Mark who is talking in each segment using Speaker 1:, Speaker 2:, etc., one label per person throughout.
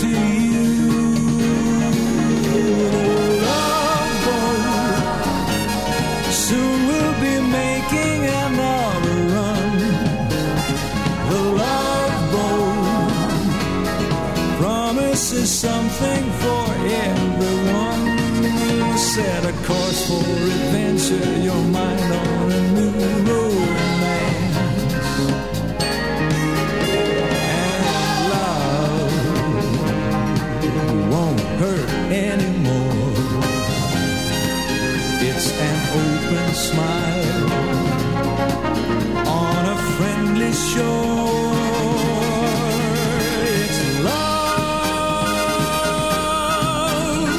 Speaker 1: to you. Love boat. Soon we'll be making another run the love boat promises something for everyone. Set a course for adventure, your mind on a new romance. And love won't hurt anymore. It's an open smile on a friendly shore. It's love.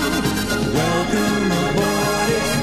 Speaker 1: Welcome aboard. It's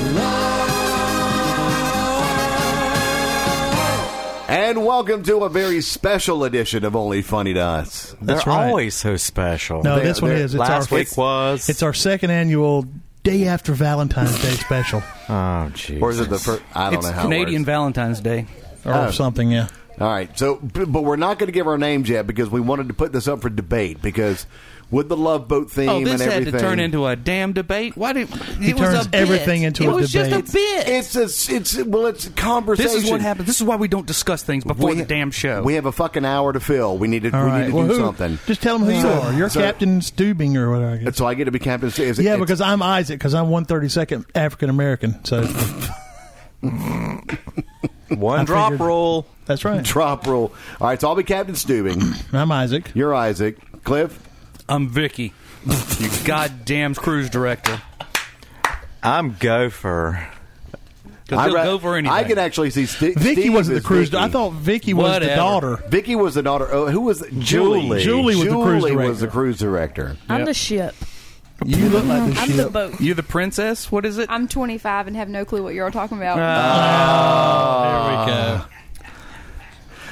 Speaker 1: love.
Speaker 2: And welcome to a very special edition of Only Funny to Us.
Speaker 3: That's
Speaker 4: They're
Speaker 3: right.
Speaker 4: always so special.
Speaker 3: No,
Speaker 2: They're-
Speaker 3: this one
Speaker 2: they're-
Speaker 3: is. It's
Speaker 4: Last
Speaker 3: our,
Speaker 4: week
Speaker 3: it's,
Speaker 4: was.
Speaker 3: it's our second annual day after Valentine's Day special,
Speaker 4: oh, jeez.
Speaker 2: Or is it the first? I don't
Speaker 5: it's
Speaker 2: know how. it
Speaker 5: Canadian
Speaker 2: works.
Speaker 5: Valentine's Day.
Speaker 3: or
Speaker 2: Oh.
Speaker 3: something. Yeah,
Speaker 2: All right. So, b- but we're not going to give our names yet because we wanted to put this up for debate because with the love boat theme
Speaker 5: Oh, this
Speaker 2: and
Speaker 5: had
Speaker 2: everything,
Speaker 5: to turn into a damn debate. Why did
Speaker 3: He
Speaker 5: it was
Speaker 3: turns
Speaker 5: a bit.
Speaker 3: everything into
Speaker 5: it
Speaker 3: a
Speaker 5: was
Speaker 3: debate.
Speaker 5: just a bit.
Speaker 2: it's a, it's well, it's a conversation.
Speaker 5: this is what happens. This is why we don't discuss things before
Speaker 2: We-
Speaker 5: the damn show.
Speaker 2: We have a fucking hour to fill. We need to.
Speaker 3: all
Speaker 2: we
Speaker 3: right.
Speaker 2: need to
Speaker 3: well,
Speaker 2: do
Speaker 3: who-
Speaker 2: something.
Speaker 3: Just tell them who you
Speaker 2: So-
Speaker 3: are. You're
Speaker 2: so-
Speaker 3: Captain Stubing or whatever. I guess.
Speaker 2: So I get to be captain. Is it-
Speaker 3: Yeah,
Speaker 2: it's-
Speaker 3: because I'm Isaac, because I'm one thirty second African American. So
Speaker 4: one drop
Speaker 3: figured-
Speaker 4: roll.
Speaker 3: that's right.
Speaker 2: drop roll. All right. So I'll be Captain Steubing.
Speaker 3: I'm Isaac.
Speaker 2: You're Isaac. Cliff.
Speaker 5: I'm Vicky, you goddamn cruise director.
Speaker 4: I'm gopher.
Speaker 5: Because
Speaker 2: I
Speaker 5: he'll
Speaker 2: ra-
Speaker 5: go for anything.
Speaker 2: I can actually see Ste-
Speaker 3: Vicky
Speaker 2: Steve
Speaker 3: wasn't the
Speaker 2: as
Speaker 3: cruise.
Speaker 2: Vicky.
Speaker 3: I thought Vicky was
Speaker 5: Whatever.
Speaker 3: the daughter.
Speaker 2: Vicky was the daughter. Oh, who was Julie?
Speaker 4: Julie. Julie
Speaker 3: was the cruise
Speaker 2: Julie was
Speaker 3: director.
Speaker 2: the cruise director.
Speaker 6: I'm
Speaker 5: Yep.
Speaker 6: the ship.
Speaker 3: You look like the
Speaker 6: I'm the
Speaker 3: ship.
Speaker 6: boat.
Speaker 5: you the princess. What is it?
Speaker 7: I'm 25 and have no clue what you're all talking about.
Speaker 3: Uh, there we go.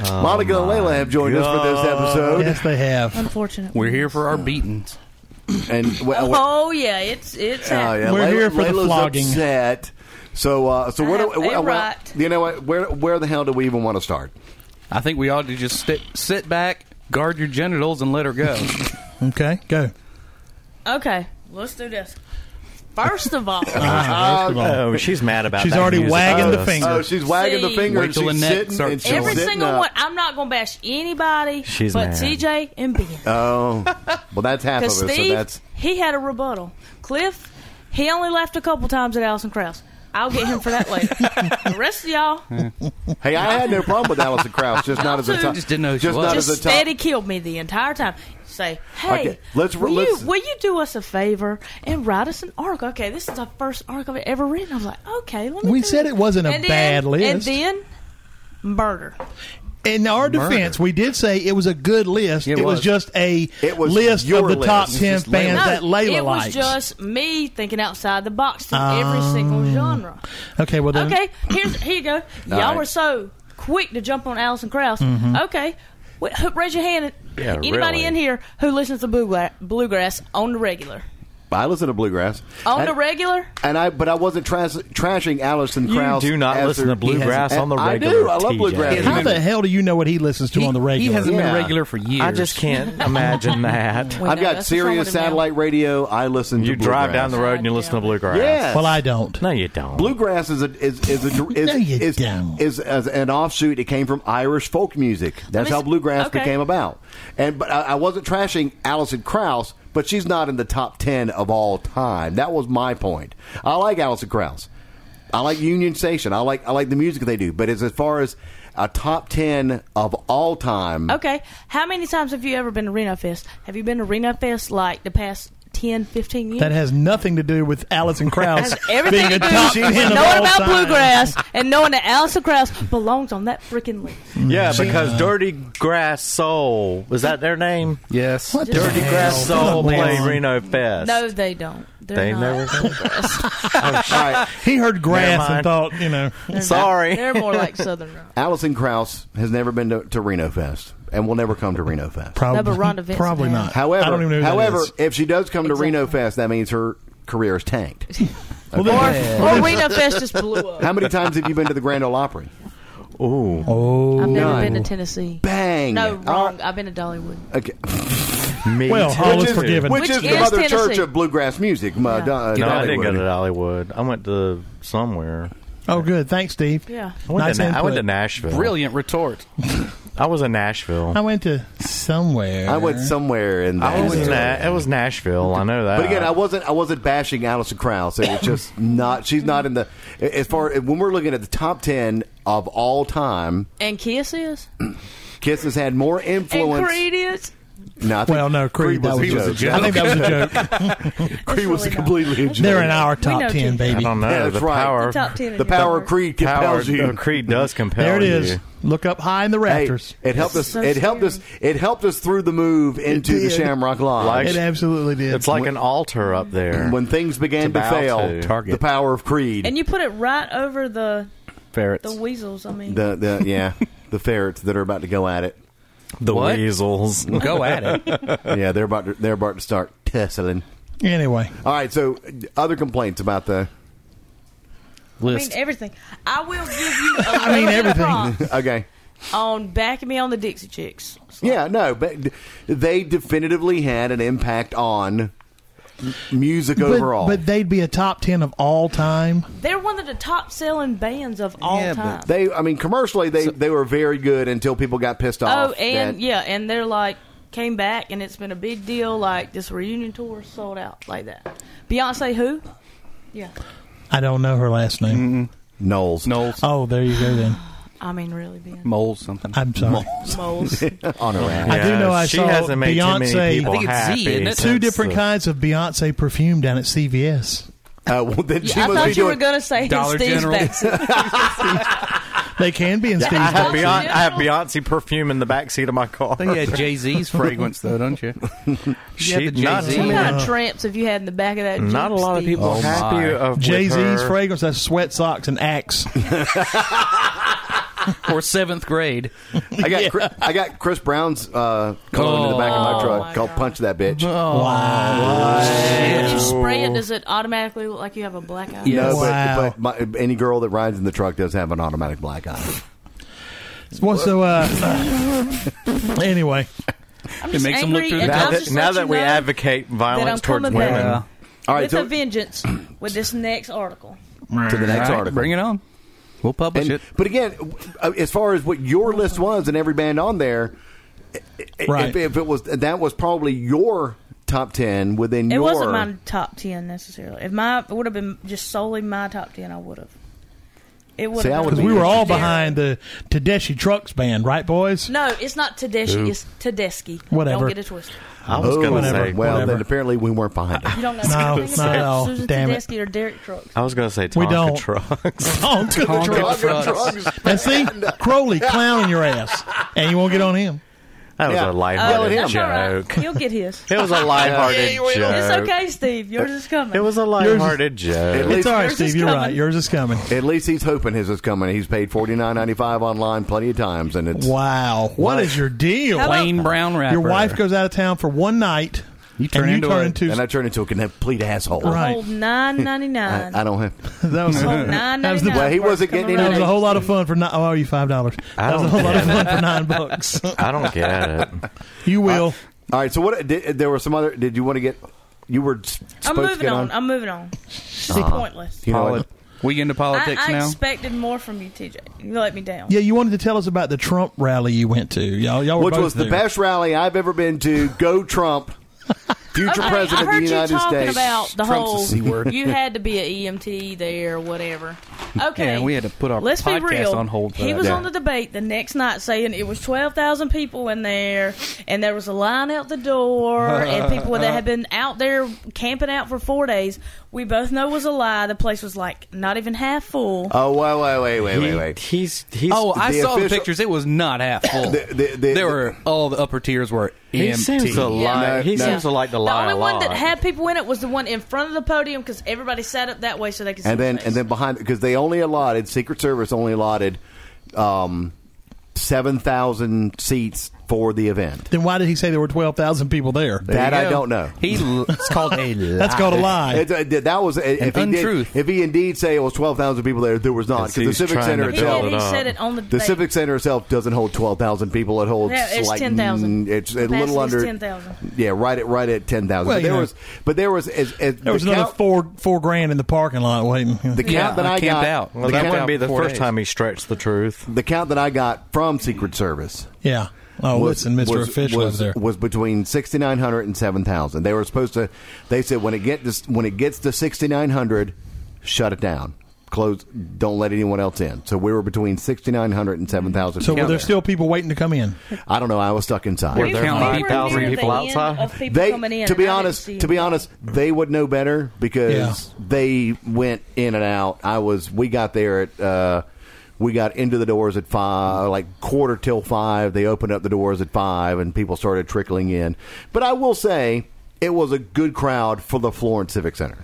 Speaker 3: Oh
Speaker 2: Monica and Layla have joined us for this episode,
Speaker 3: Yes, they have.
Speaker 6: Unfortunately,
Speaker 5: We're here for our beatings.
Speaker 2: and well, well,
Speaker 6: Oh yeah, it's it's.
Speaker 2: oh, yeah,
Speaker 3: We're
Speaker 2: Layla-
Speaker 3: here for the
Speaker 2: Layla's
Speaker 3: flogging.
Speaker 2: upset. So, uh, so
Speaker 6: I
Speaker 2: where do
Speaker 6: have a
Speaker 2: well,
Speaker 6: right.
Speaker 2: you know what? Where where the hell do we even want to start?
Speaker 5: I think we ought to just sit, sit back, guard your genitals, and let her go.
Speaker 3: Okay, go.
Speaker 6: Okay, let's do this. First of all,
Speaker 2: Uh,
Speaker 3: Ah, first of all.
Speaker 4: Oh, she's mad about
Speaker 3: She's
Speaker 4: that
Speaker 3: already
Speaker 4: music.
Speaker 3: wagging the
Speaker 4: Uh,
Speaker 3: finger.
Speaker 2: Oh, she's wagging the
Speaker 6: See-
Speaker 2: finger.
Speaker 5: Wait
Speaker 2: and
Speaker 5: till
Speaker 2: she's
Speaker 5: Lynette
Speaker 2: sitting
Speaker 5: starts
Speaker 2: and she's
Speaker 6: every
Speaker 2: sitting
Speaker 6: single
Speaker 2: up.
Speaker 6: one. I'm not gonna bash anybody,
Speaker 4: She's
Speaker 6: but
Speaker 4: mad.
Speaker 6: TJ and Ben.
Speaker 2: Oh, well, that's half of it.
Speaker 6: Because
Speaker 2: So
Speaker 6: Steve,
Speaker 2: that's
Speaker 6: he had a rebuttal. Cliff, he only laughed a couple times at Allison Krauss. I'll get him for that later. the rest of y'all
Speaker 2: hey, I had no problem with Alison Krauss, just not as a
Speaker 6: Just
Speaker 2: top.
Speaker 5: didn't know who she
Speaker 2: just
Speaker 5: was.
Speaker 2: not
Speaker 6: just
Speaker 2: as a top.
Speaker 6: steady killed me the entire time. Say, hey,
Speaker 2: Okay, let's-
Speaker 6: will,
Speaker 2: let's-
Speaker 6: you, will you do us a favor and write us an article? Okay, this is the first article I've ever written. I was like, okay, let me.
Speaker 3: We
Speaker 6: do
Speaker 3: said
Speaker 6: this.
Speaker 3: it wasn't a
Speaker 6: And then-
Speaker 3: bad
Speaker 6: And
Speaker 3: list.
Speaker 6: then murder.
Speaker 3: In our defense, we did say it was a good list.
Speaker 5: It
Speaker 3: It, was.
Speaker 5: was.
Speaker 3: just a
Speaker 2: It was
Speaker 3: list
Speaker 2: your
Speaker 3: of the
Speaker 2: list.
Speaker 3: top
Speaker 2: It's
Speaker 3: ten
Speaker 5: just Layla.
Speaker 3: bands
Speaker 5: No,
Speaker 3: that Layla
Speaker 6: it was
Speaker 3: likes. Ah.
Speaker 6: just me thinking outside the box in every single genre.
Speaker 3: okay, well then.
Speaker 6: Okay, here's here you go. Y'all
Speaker 2: right.
Speaker 6: were so quick to jump on Allison Krauss.
Speaker 3: Mm-hmm.
Speaker 6: Okay, Wh- who- raise your hand.
Speaker 4: Yeah,
Speaker 6: anybody
Speaker 4: really.
Speaker 6: in here who listens to bluegra- bluegrass on the regular?
Speaker 2: I listen to bluegrass.
Speaker 6: On
Speaker 2: And-
Speaker 6: the regular?
Speaker 2: and I, but I wasn't tras- trashing Allison
Speaker 4: You
Speaker 2: Krauss.
Speaker 4: do not
Speaker 2: as
Speaker 4: listen
Speaker 2: her-
Speaker 4: to bluegrass
Speaker 2: Yes.
Speaker 4: on the
Speaker 2: I
Speaker 4: regular.
Speaker 2: do. I love
Speaker 4: TJ.
Speaker 2: bluegrass.
Speaker 3: How the hell do you know what he listens to
Speaker 5: he,
Speaker 3: on the
Speaker 5: he
Speaker 3: radio?
Speaker 5: hasn't
Speaker 2: Yeah.
Speaker 5: been regular for years.
Speaker 4: I just can't imagine that.
Speaker 6: We
Speaker 2: I've
Speaker 6: know,
Speaker 2: got
Speaker 6: that's what's wrong
Speaker 2: Sirius
Speaker 6: with him now.
Speaker 2: satellite radio. I listen to
Speaker 4: You drive
Speaker 2: bluegrass.
Speaker 4: down the road and you listen to bluegrass.
Speaker 2: Yes.
Speaker 3: well, I don't.
Speaker 4: No, you don't.
Speaker 2: Bluegrass is a is is a, is,
Speaker 3: No, you
Speaker 2: is,
Speaker 3: don't.
Speaker 2: is, as an offshoot. It came from Irish folk music. That's
Speaker 6: me
Speaker 2: how
Speaker 6: s-
Speaker 2: bluegrass
Speaker 6: okay.
Speaker 2: became about. And but I, I wasn't trashing Alison Krauss, but she's not in the top ten of all time. That was my point. I like Alison Krauss. I like Union Station. I like I like the music they do. But as, as far as a top ten of all time,
Speaker 6: Okay, how many times have you ever been to Reno Fest? Have you been to Reno Fest like the past 10, 15 years?
Speaker 3: That has nothing to do with Alison Krauss
Speaker 6: Has everything
Speaker 3: being a
Speaker 6: to do
Speaker 3: top
Speaker 6: with
Speaker 3: ten of
Speaker 6: knowing
Speaker 3: all
Speaker 6: about
Speaker 3: time.
Speaker 6: bluegrass and knowing that Allison Krauss belongs on that freaking list.
Speaker 3: Mm-hmm.
Speaker 4: Yeah, because Dirty Grass Soul was that their name?
Speaker 5: yes.
Speaker 3: What the
Speaker 4: Dirty
Speaker 3: hell?
Speaker 4: Grass Soul
Speaker 3: Come on.
Speaker 4: played Reno Fest.
Speaker 6: No, they don't. They're
Speaker 4: They
Speaker 6: not.
Speaker 4: never.
Speaker 2: All right,
Speaker 3: He heard grass
Speaker 4: Never
Speaker 3: and
Speaker 4: mind.
Speaker 3: thought, you know,
Speaker 6: They're not.
Speaker 4: Sorry.
Speaker 6: They're more like Southern Rock.
Speaker 2: Allison Krauss has never been to, to Reno Fest and will never come to Reno Fest.
Speaker 6: No,
Speaker 3: probably
Speaker 6: but Rhonda Vincent
Speaker 3: probably
Speaker 6: has.
Speaker 3: not.
Speaker 2: However,
Speaker 3: I don't even know who that
Speaker 2: however,
Speaker 3: is.
Speaker 2: if she does come to Reno
Speaker 6: Exactly.
Speaker 2: Fest, that means her career is tanked.
Speaker 3: Well, then-
Speaker 6: Or Oh, Reno Fest just blew up.
Speaker 2: How many times have you been to the Grand Ole Opry?
Speaker 4: Ooh,
Speaker 3: Oh.
Speaker 6: I've never
Speaker 2: no.
Speaker 6: been to Tennessee.
Speaker 2: Bang!
Speaker 6: No,
Speaker 2: All
Speaker 6: wrong. I've been to Dollywood.
Speaker 2: right, okay.
Speaker 4: me.
Speaker 3: Well,
Speaker 4: too.
Speaker 3: Hall is
Speaker 2: Which
Speaker 3: forgiven.
Speaker 2: Which,
Speaker 6: Which
Speaker 2: is, the
Speaker 6: is
Speaker 2: mother church
Speaker 6: Tennessee.
Speaker 2: of bluegrass music. My,
Speaker 6: Yeah.
Speaker 2: uh,
Speaker 4: no, I didn't go to
Speaker 2: Dollywood.
Speaker 4: Dollywood. I went to somewhere.
Speaker 3: oh, good. Thanks, Steve.
Speaker 6: Yeah.
Speaker 4: I went,
Speaker 3: Nice
Speaker 4: to, Na- I went
Speaker 3: input.
Speaker 4: to Nashville.
Speaker 5: Brilliant retort.
Speaker 4: I was in Nashville.
Speaker 3: I went to somewhere.
Speaker 2: I went somewhere in
Speaker 4: I
Speaker 2: that
Speaker 4: was in
Speaker 2: area.
Speaker 4: that. uh, It was Nashville. I know that.
Speaker 2: But again, I wasn't. I wasn't bashing Alison Krauss. It was just not. She's not in the as far when we're looking at the top ten of all time.
Speaker 6: And Kiss is?
Speaker 2: Kiss has had more
Speaker 6: And
Speaker 2: influence.
Speaker 6: Creed is?
Speaker 2: No, I think
Speaker 3: Well, no, Creed. that
Speaker 2: was,
Speaker 3: was
Speaker 2: a
Speaker 3: a
Speaker 2: joke.
Speaker 3: joke. I think that was a joke.
Speaker 2: Creed was
Speaker 6: really not.
Speaker 2: completely a joke.
Speaker 3: They're in our
Speaker 6: know
Speaker 3: top ten,
Speaker 6: Keith.
Speaker 4: I
Speaker 3: baby.
Speaker 4: don't know.
Speaker 2: Yeah, that's
Speaker 4: the
Speaker 2: right.
Speaker 4: power.
Speaker 6: Top 10 in
Speaker 2: The
Speaker 6: your
Speaker 2: power of
Speaker 6: book.
Speaker 2: Creed
Speaker 4: Power
Speaker 2: compels you.
Speaker 4: of Creed does compel
Speaker 3: There it
Speaker 4: you.
Speaker 3: is. Look up high in the
Speaker 2: Hey,
Speaker 3: rafters.
Speaker 2: it helped us.
Speaker 6: That's so
Speaker 2: it helped us. It helped us through the move into the
Speaker 3: did.
Speaker 2: Shamrock Live.
Speaker 4: Like-
Speaker 3: it absolutely did.
Speaker 4: It's like an altar up there.
Speaker 2: when things began to,
Speaker 4: To bow
Speaker 2: fail,
Speaker 4: to.
Speaker 5: Target.
Speaker 2: the power of Creed.
Speaker 6: And you put it right over the
Speaker 4: ferrets,
Speaker 6: the weasels. I mean,
Speaker 2: the, the yeah, the ferrets that are about to go at it.
Speaker 4: the
Speaker 5: What?
Speaker 4: weasels.
Speaker 5: Go at it.
Speaker 2: Yeah, they're about to, they're about to start tussling.
Speaker 3: anyway.
Speaker 2: All right, so uh, other complaints about the
Speaker 6: I mean
Speaker 5: List.
Speaker 6: everything. I will give you. A
Speaker 3: I mean,
Speaker 6: million
Speaker 3: everything.
Speaker 6: props
Speaker 2: okay.
Speaker 6: on backing me on the Dixie Chicks.
Speaker 2: Yeah, no, but d- they definitively had an impact on m- music
Speaker 3: But,
Speaker 2: overall.
Speaker 3: but they'd be a top ten of all time.
Speaker 6: They're one of the top selling bands of all
Speaker 5: Yeah, but
Speaker 6: time.
Speaker 2: they, I mean, commercially, they, they were very good until people got pissed off.
Speaker 6: oh, and
Speaker 2: that-
Speaker 6: yeah, and they're like came back, and it's been a big deal. Like this reunion tour sold out like that. Beyonce, who? Yeah,
Speaker 3: I don't know her last name.
Speaker 2: Knowles.
Speaker 5: Knowles.
Speaker 3: Oh, there you go then.
Speaker 6: I mean, really, Ben
Speaker 5: Mole something.
Speaker 3: I'm sorry.
Speaker 6: Moles.
Speaker 2: on a rack.
Speaker 3: I do know I
Speaker 4: she
Speaker 3: saw
Speaker 4: hasn't made too
Speaker 3: Beyonce-
Speaker 4: many people
Speaker 5: I think it's
Speaker 4: happy.
Speaker 5: Z, isn't it?
Speaker 3: Two
Speaker 4: since
Speaker 3: different
Speaker 4: the-
Speaker 3: kinds of Beyonce perfume down at CVS.
Speaker 2: Uh, well, then she
Speaker 6: Yeah, I
Speaker 2: must be
Speaker 6: thought you were
Speaker 2: doing.
Speaker 6: gonna say
Speaker 5: Dollar
Speaker 6: Steve's
Speaker 5: General.
Speaker 6: Backseat.
Speaker 3: They can be in Steve's.
Speaker 4: I have,
Speaker 6: Beyonce
Speaker 4: Beyonce, I have
Speaker 6: General?
Speaker 4: Beyonce perfume in the back seat of my car.
Speaker 5: I think you had Jay Z's fragrance though, don't you?
Speaker 4: She-
Speaker 5: You had the
Speaker 4: not-
Speaker 5: Jay-Z.
Speaker 6: what kind of
Speaker 3: Yeah.
Speaker 6: tramps have you had in the back of that?
Speaker 4: Not a
Speaker 6: Jeep,
Speaker 4: lot of
Speaker 6: Steve?
Speaker 4: people
Speaker 5: Oh,
Speaker 4: happy
Speaker 5: my.
Speaker 4: of with
Speaker 3: Jay Z's
Speaker 4: her.
Speaker 3: fragrance. That's sweat socks and axe.
Speaker 5: or seventh grade.
Speaker 2: I got Chris, I got Chris Brown's uh, cologne in the back of my
Speaker 6: Oh,
Speaker 2: truck
Speaker 6: my
Speaker 2: called
Speaker 6: God. Oh,
Speaker 2: "Punch That Bitch."
Speaker 6: When you spray it, does it automatically look like you have a black eye?
Speaker 5: Oh. Yeah.
Speaker 2: No,
Speaker 3: Wow.
Speaker 2: but, but my, any girl that rides in the truck does have an automatic black eye.
Speaker 3: Well, so uh, anyway,
Speaker 6: I'm
Speaker 5: It
Speaker 6: just
Speaker 5: makes 'em look
Speaker 6: angry
Speaker 5: through
Speaker 6: and
Speaker 5: the-
Speaker 4: Now
Speaker 6: I'll
Speaker 4: that,
Speaker 6: just
Speaker 4: now
Speaker 6: let
Speaker 4: that
Speaker 6: you
Speaker 4: we
Speaker 6: know
Speaker 4: advocate
Speaker 6: that I'm
Speaker 4: violence towards
Speaker 6: coming
Speaker 4: women,
Speaker 6: back
Speaker 2: All right,
Speaker 6: with
Speaker 2: so
Speaker 6: a vengeance with this next article.
Speaker 2: to the next
Speaker 5: All right,
Speaker 2: article.
Speaker 5: Bring it on. We'll publish
Speaker 2: And-
Speaker 5: it.
Speaker 2: But again, w- uh, as far as what your list was and every band on there, i- i-
Speaker 3: Right.
Speaker 2: if, if it was that was probably your top ten within
Speaker 6: It
Speaker 2: your.
Speaker 6: wasn't my top ten necessarily. If my it would have been just solely my top ten, I would have. It would
Speaker 2: See, I
Speaker 6: have
Speaker 2: would've
Speaker 3: because
Speaker 6: been-
Speaker 3: we were all
Speaker 6: Very-
Speaker 3: behind the Tedeschi Trucks band, right, boys?
Speaker 6: No, it's not Tedeschi. It's Tedeschi.
Speaker 3: Whatever.
Speaker 6: Don't get it twisted.
Speaker 4: I was
Speaker 2: Oh,
Speaker 4: going to
Speaker 3: whatever.
Speaker 4: say,
Speaker 2: well,
Speaker 3: whatever.
Speaker 2: then apparently we weren't behind it.
Speaker 6: You don't know
Speaker 3: No,
Speaker 6: anything
Speaker 3: not
Speaker 6: about
Speaker 3: at all.
Speaker 6: Susan
Speaker 3: Damn it.
Speaker 6: Tedeschi or Derek Trucks.
Speaker 4: I was going to say Tonka
Speaker 3: We don't.
Speaker 4: trucks.
Speaker 3: Oh, good
Speaker 5: Tonka
Speaker 3: trucks.
Speaker 5: trucks.
Speaker 3: And see, Crowley clowning your ass, and you won't get on him.
Speaker 4: That was
Speaker 2: Yeah.
Speaker 4: a
Speaker 2: Yell at
Speaker 4: lighthearted
Speaker 2: him.
Speaker 6: Oh, that's all right.
Speaker 4: joke.
Speaker 6: You'll get his.
Speaker 4: It was a lighthearted joke.
Speaker 6: It's okay, Steve. Yours is coming.
Speaker 4: It was a lighthearted
Speaker 2: At
Speaker 4: joke.
Speaker 2: least,
Speaker 3: It's all right,
Speaker 6: Yours is
Speaker 3: Steve. You're
Speaker 6: coming.
Speaker 3: right. Yours is coming.
Speaker 2: at least he's hoping his is coming. He's paid forty nine ninety five online plenty of times, and it's
Speaker 3: Wow, what is your deal?
Speaker 6: How about-
Speaker 5: Plain brown wrapper.
Speaker 3: Your wife goes out of town for one night,
Speaker 5: You turn
Speaker 3: and you
Speaker 5: into
Speaker 3: turn
Speaker 5: a-
Speaker 3: into
Speaker 2: and I turn into a complete asshole.
Speaker 3: Right.
Speaker 6: Whole nine ninety
Speaker 2: I,
Speaker 6: nine.
Speaker 2: I don't have.
Speaker 3: that was
Speaker 6: Whole nine
Speaker 3: That was
Speaker 6: ninety
Speaker 3: the-
Speaker 6: nine.
Speaker 2: Well, he wasn't getting
Speaker 3: that
Speaker 2: any-
Speaker 3: was a whole lot of fun for nine. Oh, you five dollars.
Speaker 4: I
Speaker 3: That was a
Speaker 4: don't
Speaker 3: whole lot of
Speaker 4: get
Speaker 3: fun for nine bucks.
Speaker 4: I don't get it.
Speaker 3: You will.
Speaker 2: All right, so what? Did, there were some other. Did you want to get? You were s-
Speaker 6: I'm
Speaker 2: supposed to
Speaker 6: moving
Speaker 2: get
Speaker 6: on.
Speaker 2: on. Uh-huh.
Speaker 6: I'm moving on. It's pointless.
Speaker 2: you know what?
Speaker 5: Poli- we into
Speaker 6: I,
Speaker 5: politics
Speaker 6: I
Speaker 5: now.
Speaker 6: expected more from you, TJ. You let me down.
Speaker 3: Yeah, you wanted to tell us about the Trump rally you went to. Y'all, y'all were
Speaker 2: which
Speaker 3: both
Speaker 2: was the
Speaker 3: there.
Speaker 2: best rally I've ever been to. Go Trump, future
Speaker 6: Okay,
Speaker 2: president
Speaker 6: I
Speaker 2: of
Speaker 6: heard
Speaker 2: the United
Speaker 6: you talking
Speaker 2: States.
Speaker 6: about the
Speaker 5: Trump's a
Speaker 6: whole.
Speaker 5: C word.
Speaker 6: You had to be an EMT E there, whatever. Okay.
Speaker 5: Yeah, we had to put our
Speaker 6: Let's be
Speaker 5: podcast
Speaker 6: real.
Speaker 5: on hold for
Speaker 6: He
Speaker 5: that.
Speaker 6: was
Speaker 2: Yeah.
Speaker 6: on the debate the next night saying it was 12,000 people in there and there was a line out the door and people that had been out there camping out for four days. We both know was a lie. The place was like not even half full.
Speaker 2: Oh, wait, wait, wait, wait,
Speaker 4: He-
Speaker 2: wait, wait.
Speaker 4: He's he's.
Speaker 5: Oh, I
Speaker 2: the
Speaker 5: saw the
Speaker 2: official-
Speaker 5: pictures. It was not half full.
Speaker 2: The- the- the-
Speaker 5: there were all the upper tiers were
Speaker 4: he
Speaker 5: empty.
Speaker 4: seems to lie.
Speaker 2: No,
Speaker 4: he
Speaker 2: no.
Speaker 4: seems to like to
Speaker 6: the
Speaker 4: lie
Speaker 6: only
Speaker 4: a
Speaker 6: one
Speaker 4: lot.
Speaker 6: that had people in it was the one in front of the podium because everybody sat up that way so they could see
Speaker 2: And then
Speaker 6: his face.
Speaker 2: and then behind because they only allotted Secret Service only allotted um, seven thousand seats for the event.
Speaker 3: Then why did he say there were 12,000 people there?
Speaker 2: That
Speaker 5: There you
Speaker 2: I
Speaker 5: go.
Speaker 2: don't know.
Speaker 5: He l- it's called a lie.
Speaker 3: That's called a lie.
Speaker 2: It's, uh, that was if he, did,
Speaker 5: untruth.
Speaker 2: if he indeed say it was twelve thousand people there, there was not
Speaker 4: Because
Speaker 2: because the
Speaker 4: he's
Speaker 2: civic
Speaker 4: trying
Speaker 2: center
Speaker 4: to
Speaker 6: he, did,
Speaker 2: itself.
Speaker 4: build
Speaker 6: he
Speaker 4: up.
Speaker 6: said it on the
Speaker 2: The
Speaker 6: debate.
Speaker 2: civic center itself doesn't hold twelve thousand people. It holds
Speaker 6: Yeah, it's
Speaker 2: like
Speaker 6: 10,000.
Speaker 2: mm, It's a
Speaker 6: Capacity
Speaker 2: little
Speaker 6: is
Speaker 2: under
Speaker 6: 10,000.
Speaker 2: Yeah, right at right at ten thousand.
Speaker 3: Well,
Speaker 2: but
Speaker 3: you
Speaker 2: there
Speaker 3: know.
Speaker 2: was, but there was as, as
Speaker 3: There was
Speaker 2: the
Speaker 3: another
Speaker 2: count-
Speaker 3: four four grand in the parking lot waiting.
Speaker 2: the count
Speaker 5: Yeah,
Speaker 2: that
Speaker 5: I
Speaker 2: I,
Speaker 5: camped
Speaker 2: got
Speaker 5: out.
Speaker 4: well,
Speaker 2: the,
Speaker 4: that
Speaker 5: count-
Speaker 4: wouldn't be the
Speaker 5: four
Speaker 4: first
Speaker 5: days.
Speaker 4: time he stretched the truth.
Speaker 2: the count that I got from Secret Service.
Speaker 3: yeah. Oh, listen, Mr.
Speaker 2: was-
Speaker 3: Official
Speaker 2: was,
Speaker 3: over there.
Speaker 2: was between 6900 and 7000 they were supposed to they said when it get to, when it gets to 6900 shut it down close don't let anyone else in so we were between 6900 and 7000
Speaker 3: so
Speaker 2: people
Speaker 3: were there still people waiting to come in?
Speaker 2: i don't know i was stuck inside
Speaker 4: Were
Speaker 6: We
Speaker 4: there
Speaker 6: were- we were
Speaker 4: 9,000
Speaker 6: near the
Speaker 4: people
Speaker 6: end
Speaker 4: outside?
Speaker 6: of people
Speaker 2: they
Speaker 6: coming in,
Speaker 2: to be
Speaker 6: and I didn't
Speaker 2: honest
Speaker 6: see
Speaker 2: to be
Speaker 6: them.
Speaker 2: honest they would know better because
Speaker 3: Yeah.
Speaker 2: they went in and out i was we got there at uh we got into the doors at five, like quarter till five. They opened up the doors at five, and people started trickling in. But I will say, it was a good crowd for the Florence Civic Center.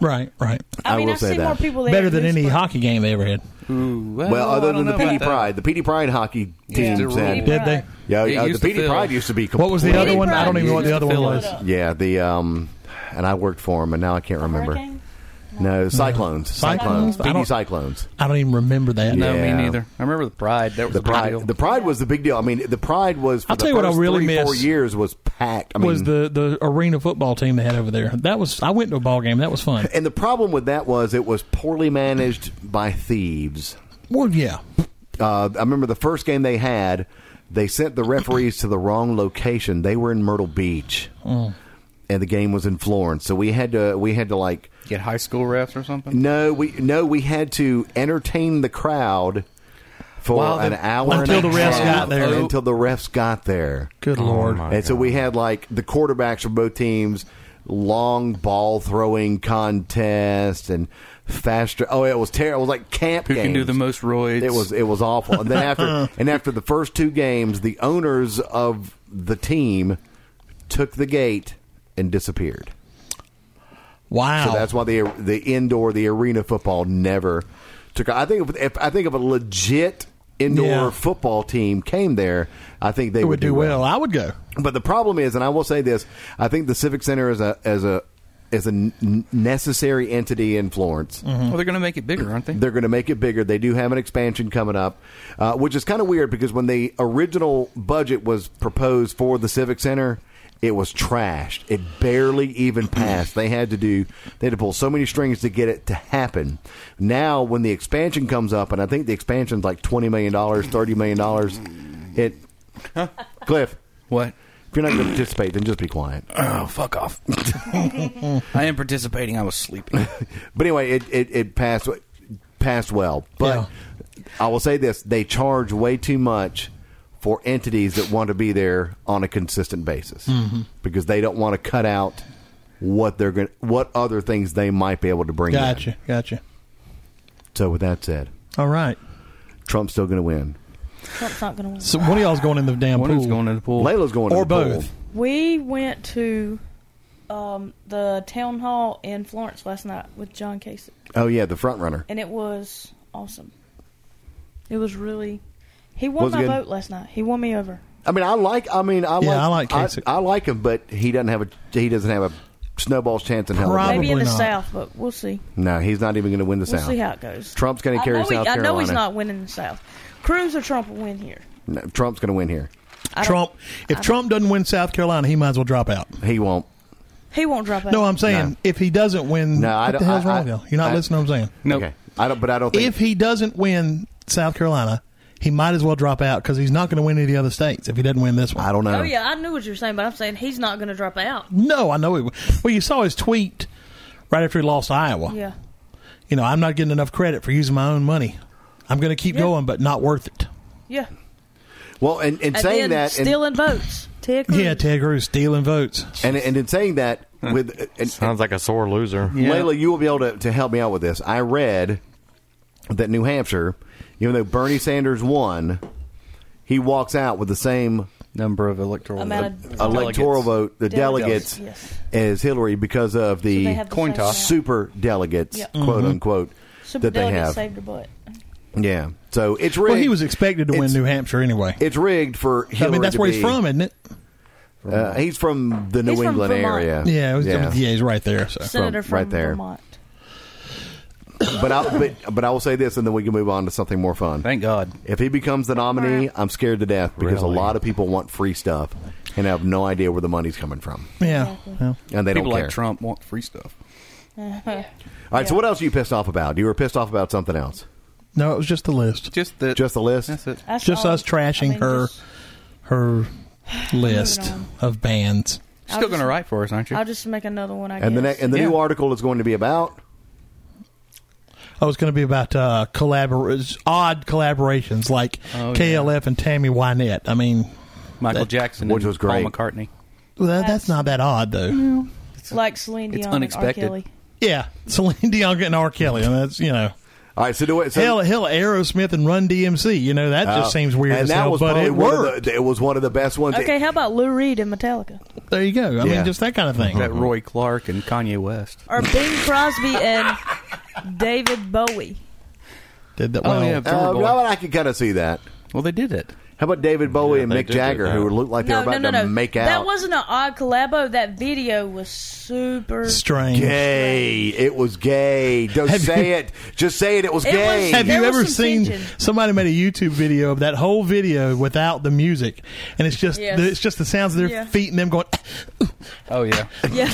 Speaker 3: Right, right.
Speaker 6: I
Speaker 2: I
Speaker 6: mean,
Speaker 2: will
Speaker 6: I've
Speaker 2: say
Speaker 6: seen
Speaker 2: that.
Speaker 6: more people there
Speaker 3: Better
Speaker 6: at
Speaker 3: than any
Speaker 6: Newsflash.
Speaker 3: hockey game they ever had. Oh,
Speaker 2: Well, other than the
Speaker 5: PD
Speaker 2: Petey Pride, the Petey Pride hockey
Speaker 6: Yeah.
Speaker 2: teams,
Speaker 5: Yeah.
Speaker 2: and
Speaker 5: Petey
Speaker 3: Did they?
Speaker 2: yeah,
Speaker 5: It
Speaker 2: uh, the
Speaker 5: used to
Speaker 2: Petey
Speaker 5: fill.
Speaker 2: Pride used to be.
Speaker 3: What was the
Speaker 2: complete-
Speaker 3: other one? I don't even know what the other one was.
Speaker 2: Yeah, the um, and I worked for him, and now I can't remember.
Speaker 6: Hurricane?
Speaker 2: No, cyclones, cyclones,
Speaker 3: Cyclones? I
Speaker 2: PD
Speaker 3: don't-
Speaker 2: cyclones.
Speaker 3: I don't even remember that.
Speaker 5: No,
Speaker 2: Yeah.
Speaker 5: me neither. I remember the pride. That was
Speaker 2: The
Speaker 5: the pride.
Speaker 2: pride, the pride was the big deal. I mean, the pride was. For
Speaker 3: I'll
Speaker 2: the
Speaker 3: tell you what I
Speaker 2: first
Speaker 3: really
Speaker 2: three, Four
Speaker 3: miss
Speaker 2: years was packed. I mean,
Speaker 3: was the the arena football team they had over there? That was I went to a ball game. That was fun.
Speaker 2: and the problem with that was it was poorly managed by thieves.
Speaker 3: Well, yeah,
Speaker 2: Uh, I remember the first game they had, they sent the referees to the wrong location. They were in Myrtle Beach,
Speaker 3: Mm.
Speaker 2: and the game was in Florence. So we had to we had to like
Speaker 5: Get high school refs or something.
Speaker 2: no we no we had to entertain the crowd for
Speaker 5: While the-
Speaker 2: an hour
Speaker 3: Until
Speaker 2: and a
Speaker 3: the refs
Speaker 2: half,
Speaker 3: got there.
Speaker 2: until the refs got there.
Speaker 3: good
Speaker 5: Oh
Speaker 3: lord.
Speaker 4: my
Speaker 2: And so we had like the quarterbacks from both teams, long ball throwing contest and faster. Oh, it was terrible. It was like camp.
Speaker 5: Who can do
Speaker 2: games.
Speaker 5: the most roids?
Speaker 2: It was it was awful. And then after and after the first two games, the owners of the team took the gate and disappeared.
Speaker 3: Wow.
Speaker 2: So that's why the the indoor the arena football never took. I think if, if I think if a legit indoor
Speaker 3: Yeah.
Speaker 2: football team came there, I think they
Speaker 3: it would do well. I would go.
Speaker 2: but the problem is, and I will say this: I think the civic center is a as a is a n- necessary entity in
Speaker 3: Mm-hmm.
Speaker 2: Florence.
Speaker 5: Well, Oh, they're going to make it bigger, aren't they?
Speaker 2: Mm-hmm. They're going to make it bigger. They do have an expansion coming up, uh, which is kind of weird because when the original budget was proposed for the civic center. It was trashed. It barely even passed. They had to do, they had to pull so many strings to get it to happen. Now, when the expansion comes up, and I think the expansion's like $20 million, $30 million, it, Cliff,
Speaker 5: what?
Speaker 2: if you're not going to participate, then just be quiet.
Speaker 5: Oh, fuck off. I am participating. I was sleeping.
Speaker 2: But anyway, it, it, it passed passed well. But I will say this: they charge way too much for entities that want to be there on a consistent basis
Speaker 3: Mm-hmm.
Speaker 2: because they don't want to cut out what they're going, what other things they might be able to bring. in.
Speaker 3: Gotcha, gotcha.
Speaker 2: So with that said,
Speaker 3: All right.
Speaker 2: Trump's still going to win.
Speaker 6: Trump's not going to win.
Speaker 3: So one of y'all's going in the damn
Speaker 5: One
Speaker 3: pool.
Speaker 5: is going to the pool.
Speaker 2: Layla's going
Speaker 3: Or
Speaker 2: to the
Speaker 3: both.
Speaker 2: poll.
Speaker 6: We went to um, the town hall in Florence last night with John Kasich,
Speaker 2: Oh yeah, the front runner.
Speaker 6: and it was awesome. It was really. He won
Speaker 2: Was it
Speaker 6: my
Speaker 2: good?
Speaker 6: vote last night. He won me over.
Speaker 2: I mean, I like. I mean, I like.
Speaker 3: Yeah, I like Kasich.
Speaker 2: I, like him, but he doesn't have a. He doesn't have a snowball's chance in hell.
Speaker 3: Probably
Speaker 6: Maybe in the
Speaker 3: not.
Speaker 6: South, but we'll see.
Speaker 2: No, he's not even going to win the
Speaker 6: We'll
Speaker 2: South.
Speaker 6: see how it goes.
Speaker 2: Trump's going to carry
Speaker 6: I know, he-
Speaker 2: South
Speaker 6: I know
Speaker 2: Carolina.
Speaker 6: he's not winning the South. Cruz or Trump will win here.
Speaker 2: No, Trump's going to win here.
Speaker 6: I don't-
Speaker 3: Trump. If Trump doesn't win South Carolina, he might as well drop out.
Speaker 2: He won't.
Speaker 6: He won't drop out.
Speaker 3: No, I'm saying
Speaker 2: No.
Speaker 3: if he doesn't win,
Speaker 2: No, I
Speaker 3: what
Speaker 2: don't-
Speaker 3: the hell's
Speaker 2: I-
Speaker 3: wrong
Speaker 2: I-
Speaker 3: with y'all? You're not
Speaker 2: I-
Speaker 3: listening. to what I'm saying.
Speaker 5: Nope.
Speaker 2: Okay. I don't. But I don't think.
Speaker 3: If he doesn't win South Carolina, he might as well drop out because he's not going to win any of the other states if he doesn't win this one.
Speaker 2: I don't know.
Speaker 6: Oh yeah, I knew what you were saying, but I'm saying he's not going to drop out.
Speaker 3: No, I know he. w- Well, you saw his tweet right after he lost Iowa.
Speaker 6: Yeah.
Speaker 3: you know, I'm not getting enough credit for using my own money. I'm going to keep
Speaker 6: Yeah.
Speaker 3: going, but not worth it.
Speaker 6: Yeah.
Speaker 2: Well, and, and
Speaker 6: And
Speaker 2: saying
Speaker 6: then
Speaker 2: that, and-
Speaker 6: stealing votes. Ted Cruz.
Speaker 3: Yeah, Ted Cruz stealing votes.
Speaker 2: and, and in saying that, with and,
Speaker 4: Sounds like a sore loser.
Speaker 5: Yeah.
Speaker 2: Layla, you will be able to, to help me out with this. I read that New Hampshire, even though Bernie Sanders won, he walks out with the same
Speaker 5: Number of electoral
Speaker 6: Amount of-
Speaker 2: electoral vote, the delegates,
Speaker 6: Delegates, yes.
Speaker 2: as Hillary because of
Speaker 6: they
Speaker 2: the
Speaker 6: have the Coin same toss. amount.
Speaker 2: super delegates,
Speaker 6: Yep.
Speaker 3: Mm-hmm.
Speaker 2: quote unquote,
Speaker 6: Super
Speaker 2: that they have.
Speaker 6: saved her butt.
Speaker 2: Yeah. So it's rigged.
Speaker 3: Well, he was expected to win
Speaker 2: It's-
Speaker 3: New Hampshire anyway.
Speaker 2: It's rigged for Hillary.
Speaker 3: I mean, that's
Speaker 2: to
Speaker 3: where
Speaker 2: be-
Speaker 3: he's from, isn't it?
Speaker 2: Uh, he's from the New
Speaker 6: He's from
Speaker 2: England
Speaker 6: Vermont.
Speaker 2: area.
Speaker 3: Yeah, it was, yeah. he's right there. So.
Speaker 6: Senator from
Speaker 2: right there.
Speaker 6: Vermont.
Speaker 2: But I, but but I will say this, and then we can move on to something more fun.
Speaker 5: Thank God.
Speaker 2: If he becomes the nominee, I'm scared to death because
Speaker 4: Really?
Speaker 2: a lot of people want free stuff and have no idea where the money's coming from,
Speaker 3: Yeah. Well,
Speaker 2: and they
Speaker 5: People
Speaker 2: don't
Speaker 5: like
Speaker 2: care.
Speaker 5: Trump want free stuff.
Speaker 2: All right, so what else are you pissed off about? You were pissed off about something else.
Speaker 3: no, it was just the list.
Speaker 5: Just that.
Speaker 2: Just the list?
Speaker 5: That's it.
Speaker 6: That's
Speaker 3: Just
Speaker 6: all.
Speaker 3: us trashing
Speaker 6: I mean,
Speaker 3: her
Speaker 6: just-
Speaker 3: her list
Speaker 6: on.
Speaker 3: of bands.
Speaker 5: You're
Speaker 6: I'll
Speaker 5: still going to
Speaker 6: just-
Speaker 5: write for us, aren't you?
Speaker 6: I'll just make another one. I
Speaker 2: And the
Speaker 6: guess.
Speaker 2: ne- and the new
Speaker 5: Yeah.
Speaker 2: article is going to be about.
Speaker 3: Oh, it's going to be about uh, collabor- odd collaborations like
Speaker 5: Oh, yeah.
Speaker 3: KLF and Tammy Wynette. I mean,
Speaker 5: Michael
Speaker 3: that-
Speaker 5: Jackson,
Speaker 2: Which
Speaker 5: and
Speaker 2: was great.
Speaker 5: Paul McCartney.
Speaker 3: well, that's, not that odd though.
Speaker 6: like Celine Dion
Speaker 5: It's
Speaker 6: and
Speaker 5: unexpected.
Speaker 6: R. Kelly.
Speaker 3: Yeah, Celine Dion and R. Kelly. I mean, that's you know,
Speaker 2: All right, so do it. So,
Speaker 3: hell, hell, Aerosmith and Run DMC. You know, that
Speaker 2: uh,
Speaker 3: just seems weird
Speaker 2: And
Speaker 3: as
Speaker 2: that
Speaker 3: hell,
Speaker 2: was
Speaker 3: but
Speaker 2: probably
Speaker 3: it
Speaker 2: one of
Speaker 3: worked.
Speaker 2: the- it was one of the best ones.
Speaker 6: Okay, how about Lou Reed and Metallica?
Speaker 3: there you go.
Speaker 2: Yeah.
Speaker 3: I mean, just that kind of thing.
Speaker 5: That Roy Clark and Kanye West.
Speaker 6: Or Bing Crosby and David Bowie?
Speaker 3: Did that?
Speaker 5: Oh,
Speaker 3: Well,
Speaker 5: yeah.
Speaker 2: Uh,
Speaker 5: Drummer Boy.
Speaker 2: well, I could kind of see that.
Speaker 5: Well, they did it.
Speaker 2: How about David Bowie
Speaker 4: Yeah,
Speaker 2: and
Speaker 4: they
Speaker 2: Mick
Speaker 4: did do
Speaker 2: Jagger,
Speaker 4: that.
Speaker 2: who looked like they were
Speaker 6: No, no,
Speaker 2: about
Speaker 6: no,
Speaker 2: to
Speaker 6: no.
Speaker 2: make out?
Speaker 6: That wasn't an odd collabo. That video was super.
Speaker 3: strange.
Speaker 2: gay. It was gay. Don't
Speaker 3: Have
Speaker 2: say
Speaker 3: you-
Speaker 2: it. Just say it. It was
Speaker 6: It
Speaker 2: gay.
Speaker 6: was-
Speaker 3: Have
Speaker 6: There
Speaker 3: you
Speaker 6: was
Speaker 3: ever
Speaker 6: some
Speaker 3: seen
Speaker 6: tension.
Speaker 3: somebody made a YouTube video of that whole video without the music, and it's just
Speaker 6: Yes.
Speaker 3: the, it's just the sounds of their
Speaker 6: Yeah.
Speaker 3: feet and them going,
Speaker 5: Oh, yeah.
Speaker 6: Yeah.